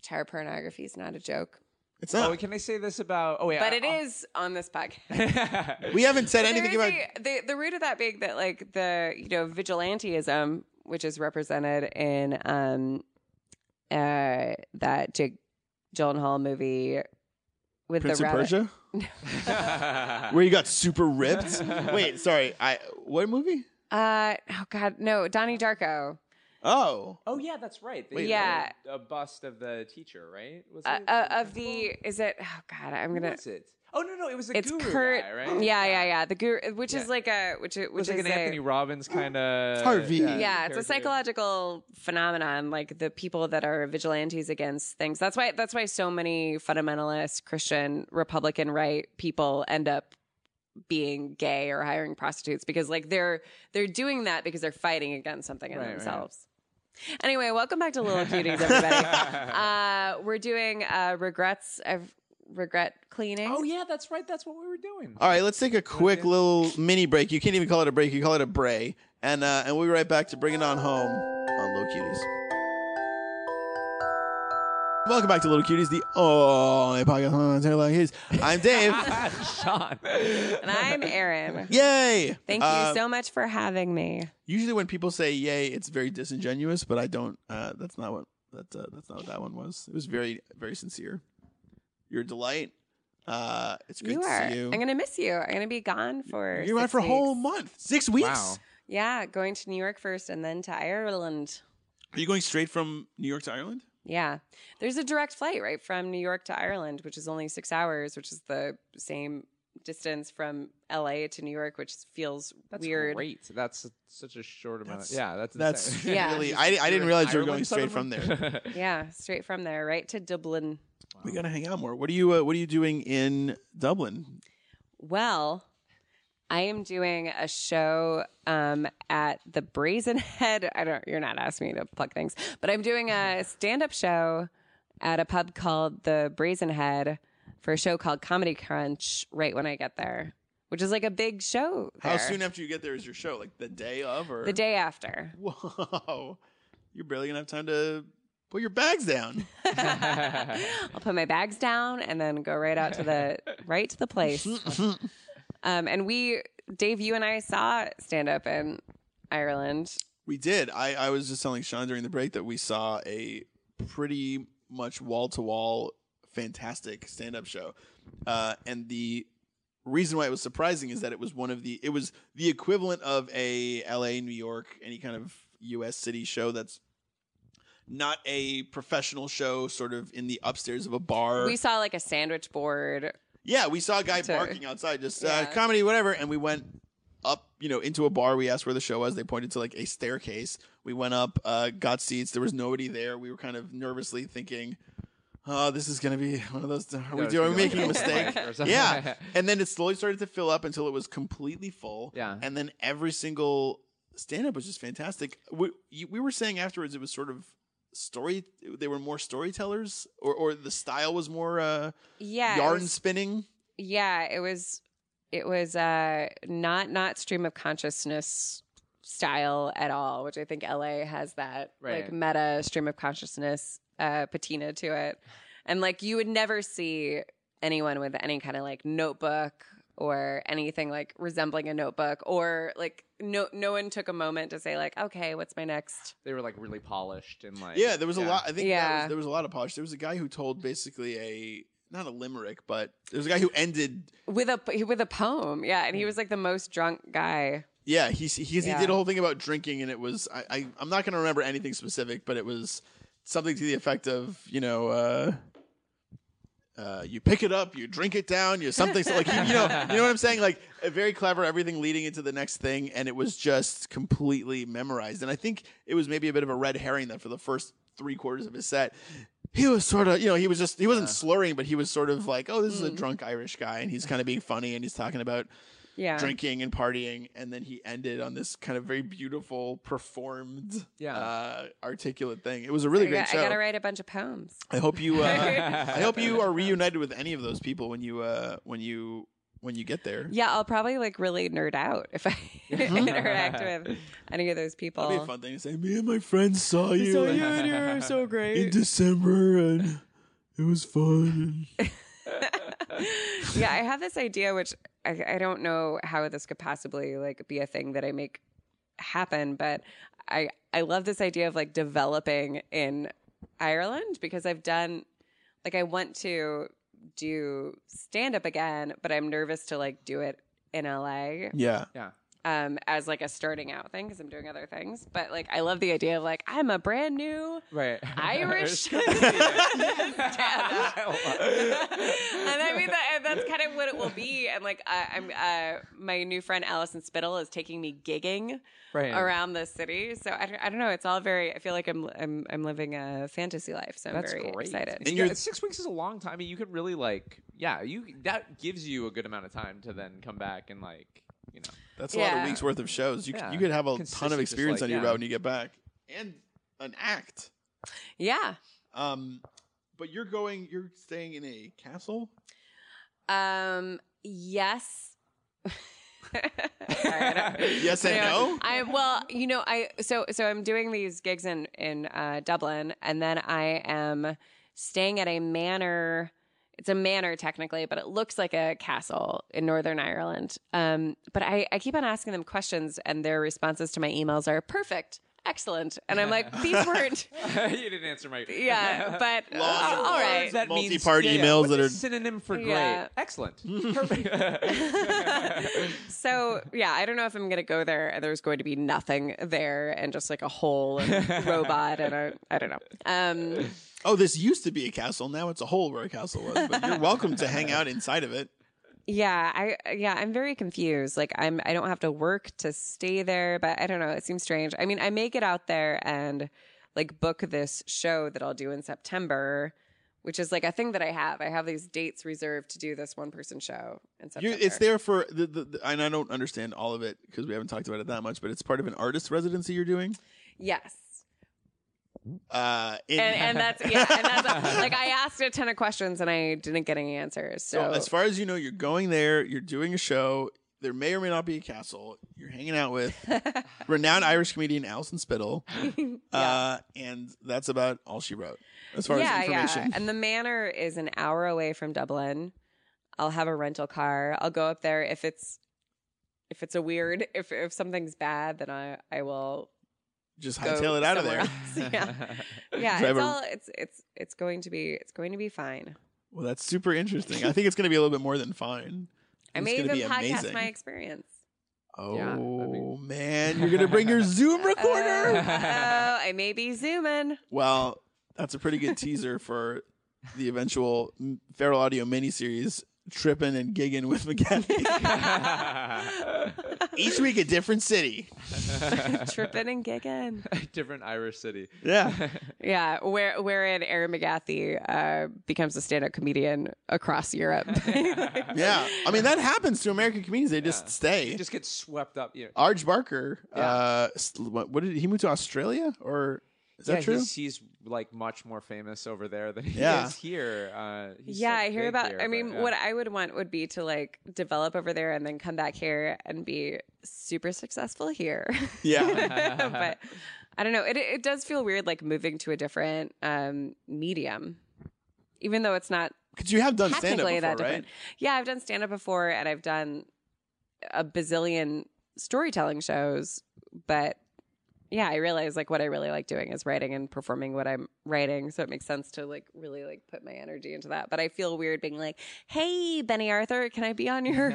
child pornography is not a joke, It's Oh, not. can I say this about? Oh yeah, but it is on this podcast. we haven't said There anything is about. a- the the root of that being that like the you know vigilanteism, which is represented in um, uh, that Jake Gyllenhaal movie with Prince the of rabbit. Persia, where you got super ripped. Wait, sorry. I what movie? Uh, oh God, no, Donnie Darko. Oh, Oh yeah, that's right. They Wait, Yeah. made A bust of the teacher, right? Was Uh, it? uh, of the is it? Oh God, I'm Who gonna. was it? Oh no, no, it was a It's guru Kurt. guy, right? Yeah, yeah, yeah. The guru, which Yeah. is like a which i- which It's like is an a, Anthony Robbins kind of Harvey. yeah, it's a character. psychological phenomenon. Like the people that are vigilantes against things. That's why. That's why so many fundamentalist Christian Republican right people end up being gay or hiring prostitutes because like they're they're doing that because they're fighting against something in Right, right. themselves. Anyway, welcome back to Little Cuties, everybody. uh, we're doing uh, regrets of regret cleaning. Oh yeah, that's right. That's what we were doing. All right, let's take a quick little mini break. You can't even call it a break; you call it a bray. And uh, and we'll be right back to bring it on home on Little Cuties. Welcome back to Little Cuties, the only podcast on Taylor Like His. I'm Dave. Sean. And I'm Erin. Yay! Thank you Uh, so much for having me. Usually, when people say "yay," it's very disingenuous, but I don't. Uh, that's not what that uh, that's not what that one was. It was very very sincere. You're a delight. Uh, it's good you to are. see you. I'm gonna miss you. I'm gonna be gone for. You're out six for a whole weeks. month, six weeks. Wow. Yeah, going to New York first and then to Ireland. Are you going straight from New York to Ireland? Yeah. There's a direct flight right from New York to Ireland, which is only six hours, which is the same distance from LA to New York, which feels weird. Great. That's such a short amount. That's- of, yeah, that's That's insane. Yeah. really. I, I didn't realize you were going Ireland, son straight of a- from there. Yeah, straight from there, right to Dublin. We gotta hang out more. What are you? Uh, what are you doing in Dublin? Well, I am doing a show um, at the Brazen Head. I don't. You're not asking me to plug things, but I'm doing a stand-up show at a pub called the Brazen Head for a show called Comedy Crunch. Right when I get there, which is like a big show. How there. soon after you get there is your show? Like the day of, or The day after. Whoa, you're barely gonna have time to put your bags down. I'll put my bags down and then go right out to the right to the place. um, and we, Dave, you and I saw stand up in Ireland. We did. I, I was just telling Sean during the break that we saw a pretty much wall to wall fantastic stand up show. Uh, and the reason why it was surprising is that it was one of the it was the equivalent of a LA, New York, any kind of US city show that's not a professional show, sort of in the upstairs of a bar. We saw like a sandwich board. Yeah, we saw a guy Sorry. barking outside, just uh, Yeah. comedy, whatever. And we went up, you know, into a bar. We asked where the show was. They pointed to like a staircase. We went up, uh, got seats. There was nobody there. We were kind of nervously thinking, "Oh, this is gonna be one of those. Are we it's doing? Are gonna we be like making a a mistake?" blank or something. yeah. And then it slowly started to fill up until it was completely full. Yeah. And then every single stand up was just fantastic. We you- we were saying afterwards it was sort of story. They were more storytellers, or or the style was more uh, Yeah. it yarn was- spinning. yeah, it was it was uh not not stream of consciousness style at all, which I think LA has that Right. like meta stream of consciousness uh patina to it. And like you would never see anyone with any kind of like notebook or anything like resembling a notebook or like no no one took a moment to say like okay, what's my next? They were like really polished and like Yeah, there was a lot. I think that Yeah. was, there was a lot of polish. There was a guy who told basically a not a limerick, but there was a guy who ended. With a with a poem. Yeah, and he was like the most drunk guy. Yeah, he he, he Yeah. did a whole thing about drinking, and it was I, I I'm not going to remember anything specific, but it was something to the effect of you know. uh uh, you pick it up, you drink it down, you something so like you, you know, you know what I'm saying. Like uh, very clever, everything leading into the next thing, and it was just completely memorized. And I think it was maybe a bit of a red herring that for the first three quarters of his set, he was sort of you know he was just he wasn't slurring, but he was sort of like, oh, this is a drunk Irish guy, and he's kind of being funny, and he's talking about Yeah. drinking and partying, and then he ended on this kind of very beautiful performed, Yeah. uh, articulate thing. It was a really I great got- show. I gotta write a bunch of poems. I hope you. Uh, I hope you are reunited with any of those people when you uh, when you when you get there. Yeah, I'll probably like really nerd out if I interact with any of those people. That'd be a fun thing to say. Me and my friends saw you, in- and you're so in great. December, and it was fun. yeah, I have this idea which I, I don't know how this could possibly like be a thing that I make happen, but I I love this idea of like developing in Ireland because I've done like I want to do stand up again, but I'm nervous to like do it in LA Yeah, Yeah. um, as like a starting out thing because I'm doing other things. But like, I love the idea of like I'm a brand new Right. Irish. stand-up. and I mean that, and that's kind of what it will be. And like, I, I'm uh, my new friend Allison Spittle is taking me gigging Right. around the city. So I don't, I don't know. It's all very. I feel like I'm I'm I'm living a fantasy life. So I'm That's very great. excited. And Yeah, you're- six weeks is a long time. I mean, you could really like, yeah, you that gives you a good amount of time to then come back and like, you know, that's a lot of Yeah. weeks worth of shows. You c Yeah. you could have a ton Consistent, of just experience like- on your yeah. route when you get back, and an act. Yeah. Um, but you're going. You're staying in a castle. Um. Yes. Sorry, I don't- Yes and Yeah. no. I well, you know, I so so I'm doing these gigs in in uh, Dublin, and then I am staying at a manor. It's a manor technically, but it looks like a castle in Northern Ireland. Um, but I, I keep on asking them questions, and their responses to my emails are perfect, excellent. And I'm like, these weren't, you didn't answer my. yeah, but uh, Long all right. that means- Multi-part emails What's that a are- synonym for great. Yeah. Excellent. So yeah, I don't know if I'm gonna go there and there's going to be nothing there and just like a hole and robot and a, I don't know. Um, Oh, this used to be a castle. Now it's a hole where a castle was. But you're welcome to hang out inside of it. yeah, I uh, yeah, I'm very confused. Like I'm I don't have to work to stay there, but I don't know. It seems strange. I mean, I may get out there and like book this show that I'll do in September. Which is like a thing that I have. I have these dates reserved to do this one person show in You, September. it's there for the, the, the and I don't understand all of it because we haven't talked about it that much. But it's part of an artist residency you're doing. Yes. Uh, in, and, and that's yeah, and that's like I asked a ton of questions and I didn't get any answers. So, so as far as you know, you're going there. You're doing a show. There may or may not be a castle. You're hanging out with renowned Irish comedian Alison Spittle, uh, and that's about all she wrote as far yeah, as information. yeah, and the manor is an hour away from Dublin. I'll have a rental car. I'll go up there if it's if it's a weird if if something's bad then I I will Just go hightail it out of there. somewhere else. yeah, yeah. Drive it's a- all it's it's it's going to be it's going to be fine. Well, that's super interesting. I think it's going to be a little bit more than fine. I It's may gonna even be podcast amazing. my experience. Oh Yeah, that'd be- man, you're gonna bring your Zoom recorder. Oh, I may be zooming. well, that's a pretty good teaser for the eventual m- Feral Audio miniseries. Tripping and gigging with McGathy. Each week, a different city. Tripping and gigging. Different Irish city. Yeah, Yeah, where wherein Aaron McGathy uh, becomes a stand-up comedian across Europe. yeah. I mean, that happens to American comedians. They just stay. You just get swept up. You know. Arj Barker. Uh, st- what, what did he move to Australia or is that yeah, true? He's, he's like much more famous over there than he Yeah. is here. Uh, he's yeah, so I hear big about. here, I but, mean, yeah. what I would want would be to like develop over there and then come back here and be super successful here. Yeah. but I don't know. It it does feel weird, like moving to a different um, medium, even though it's not Because you have done stand up technically before, that right? different. Yeah, I've done stand up before and I've done a bazillion storytelling shows, but yeah, I realize like what I really like doing is writing and performing what I'm writing, so it makes sense to like really like put my energy into that. But I feel weird being like, "Hey, Benny Arthur, can I be on your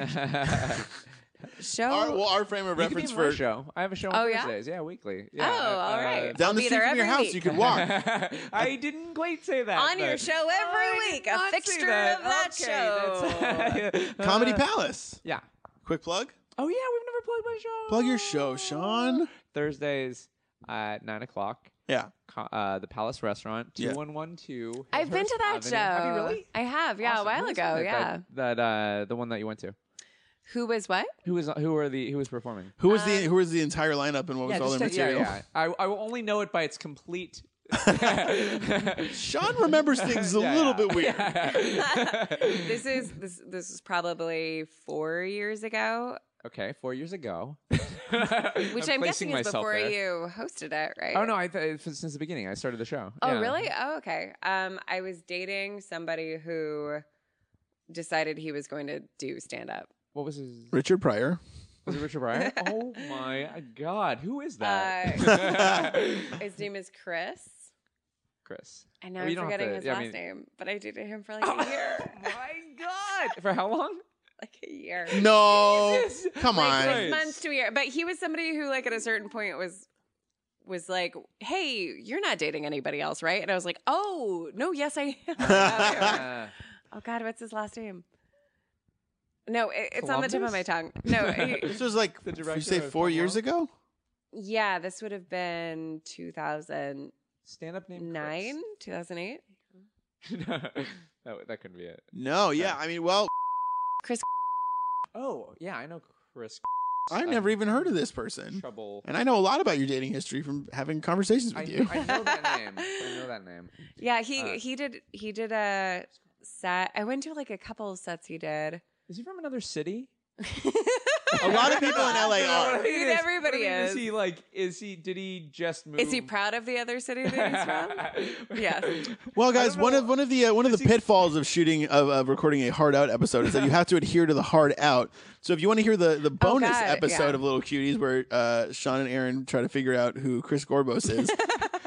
show?" Our, well, our frame of You could be reference in my for show. I have a show on Oh, yeah? Thursdays. Yeah, weekly. oh, Yeah, all uh, right. down I'll the be street there from your every house, week. you could walk. I didn't quite say that. on your but- show every I did week, a not say fixture that. of that show. Okay, that's- Uh, Comedy Palace. yeah. Quick plug. Oh yeah, we've never plugged my show. Plug your show, Sean. Thursdays at nine o'clock. Yeah. co- Uh, the Palace Restaurant, Yeah. two one one two. I've been to that show. Have you really? I have, yeah, Awesome. a while Who was ago. on it Yeah. That, that uh, the one that you went to. Who was what? Who was who were the who was performing? Who was the who was the entire lineup and what was all their just tell- Uh, yeah, material? yeah. I, I will only know it by its complete. Sean remembers things a Yeah, little yeah. bit weird. this is this this is probably four years ago, Okay, four years ago. which I'm I'm, placing guessing is myself before there. you hosted it, right? Oh no! I th- since the beginning, I started the show. Oh Yeah. really? Oh okay. Um, I was dating somebody who decided he was going to do stand up. What was his? Richard Pryor. Was it Richard Pryor? oh my God! Who is that? His name is Chris. Chris. I know Well, Oh, you I'm don't have forgetting to- his yeah, I last mean- name, but I dated him for like a year, my God! For how long? like a year, No, come like on. six months to a year. But he was somebody who, like, at a certain point was was like, "Hey, you're not dating anybody else, right?" And I was like, "Oh no, yes I am." Uh, Oh God, what's his last name? No, it, it's on the tip of my tongue. No, he- This was like The did you director say of four years ago. yeah, this would have been 2009, Stand up name. 2008. Chris. no, that, that couldn't be it. No, yeah. I mean, well, Oh yeah, I know Chris. I've Uh, never even heard of this person, Trouble. and I know a lot about your dating history from having conversations I, with you. I know that name. I know that name. Yeah, he Uh, he did he did a set. I went to like a couple of sets he did. Is he from another city? A lot of people in LA are. Dude, everybody is. is. he like? Is he? Did he just move? Is he proud of the other city that he's from? yes. Well, guys, one of one of the uh, one of the pitfalls of shooting of, of recording a hard out episode is that you have to adhere to the hard out. So if you want to hear the the bonus God, episode yeah. of Little Cuties where uh, Sean and Aaron try to figure out who Chris Gorbos is,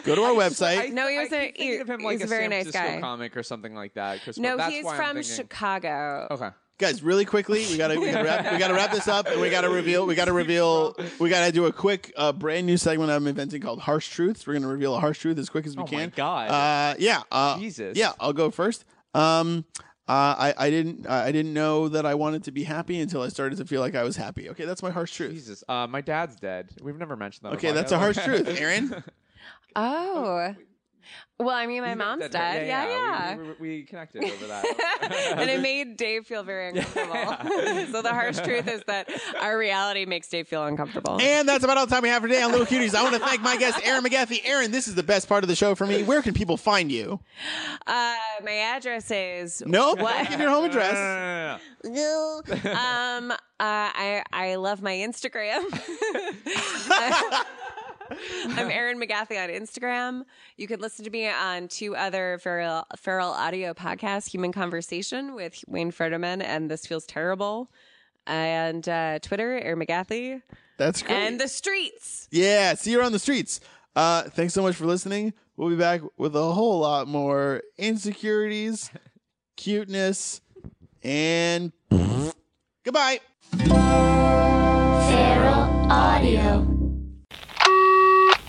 go to our website. No, he was I a- keep thinking of him he- like he's a a very San nice Francisco guy. comic or something like that. Chris No, Rock. That's he's why I'm from thinking- Oh. Chicago. Okay. guys, really quickly, we gotta we gotta wrap, we gotta wrap this up, and we gotta reveal we gotta reveal we gotta do a quick uh, brand new segment I'm inventing called Harsh Truths. We're gonna reveal a harsh truth as quick as we Oh my can. God. Uh, yeah. Uh, Jesus. Yeah, I'll go first. Um, uh, I I didn't I didn't know that I wanted to be happy until I started to feel like I was happy. Okay, that's my harsh truth. Jesus. Uh, my dad's dead. We've never mentioned that. on Okay, the that's a podcast. harsh truth, Aaron. Oh. Well, I mean, my He's mom's dead. dead. Yeah, yeah. We, we, we connected over that. and it made Dave feel very uncomfortable. so the harsh truth is that our reality makes Dave feel uncomfortable. And that's about all the time we have for today on Little Cuties. I want to thank my guest, Aaron McGaffey. Aaron, this is the best part of the show for me. Where can people find you? Uh, my address is No, what? give your home address. Uh, um uh, I I love my Instagram. I'm Erin McGathy on Instagram. You can listen to me on two other feral, feral audio podcasts, Human Conversation with Wayne Federman and This Feels Terrible, and uh, Twitter, Erin McGathy, That's great. and The Streets. yeah, see you on the streets. Uh, thanks so much for listening. We'll be back with a whole lot more insecurities, cuteness, and goodbye. Feral Audio. I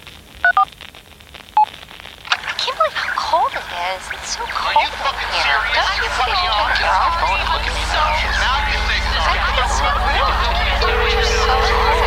can't believe how cold it is. It's so cold in here. Don't you think you can go? I think it's so cold. The temperature's so cold.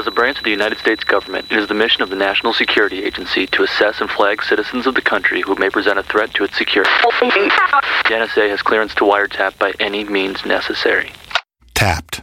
As a branch, the United States government will commission an international security agency As a branch of the United States government, it is the mission of the National Security Agency to assess and flag citizens of the country who may present a threat to its security. The NSA has clearance to wiretap by any means necessary. Tapped.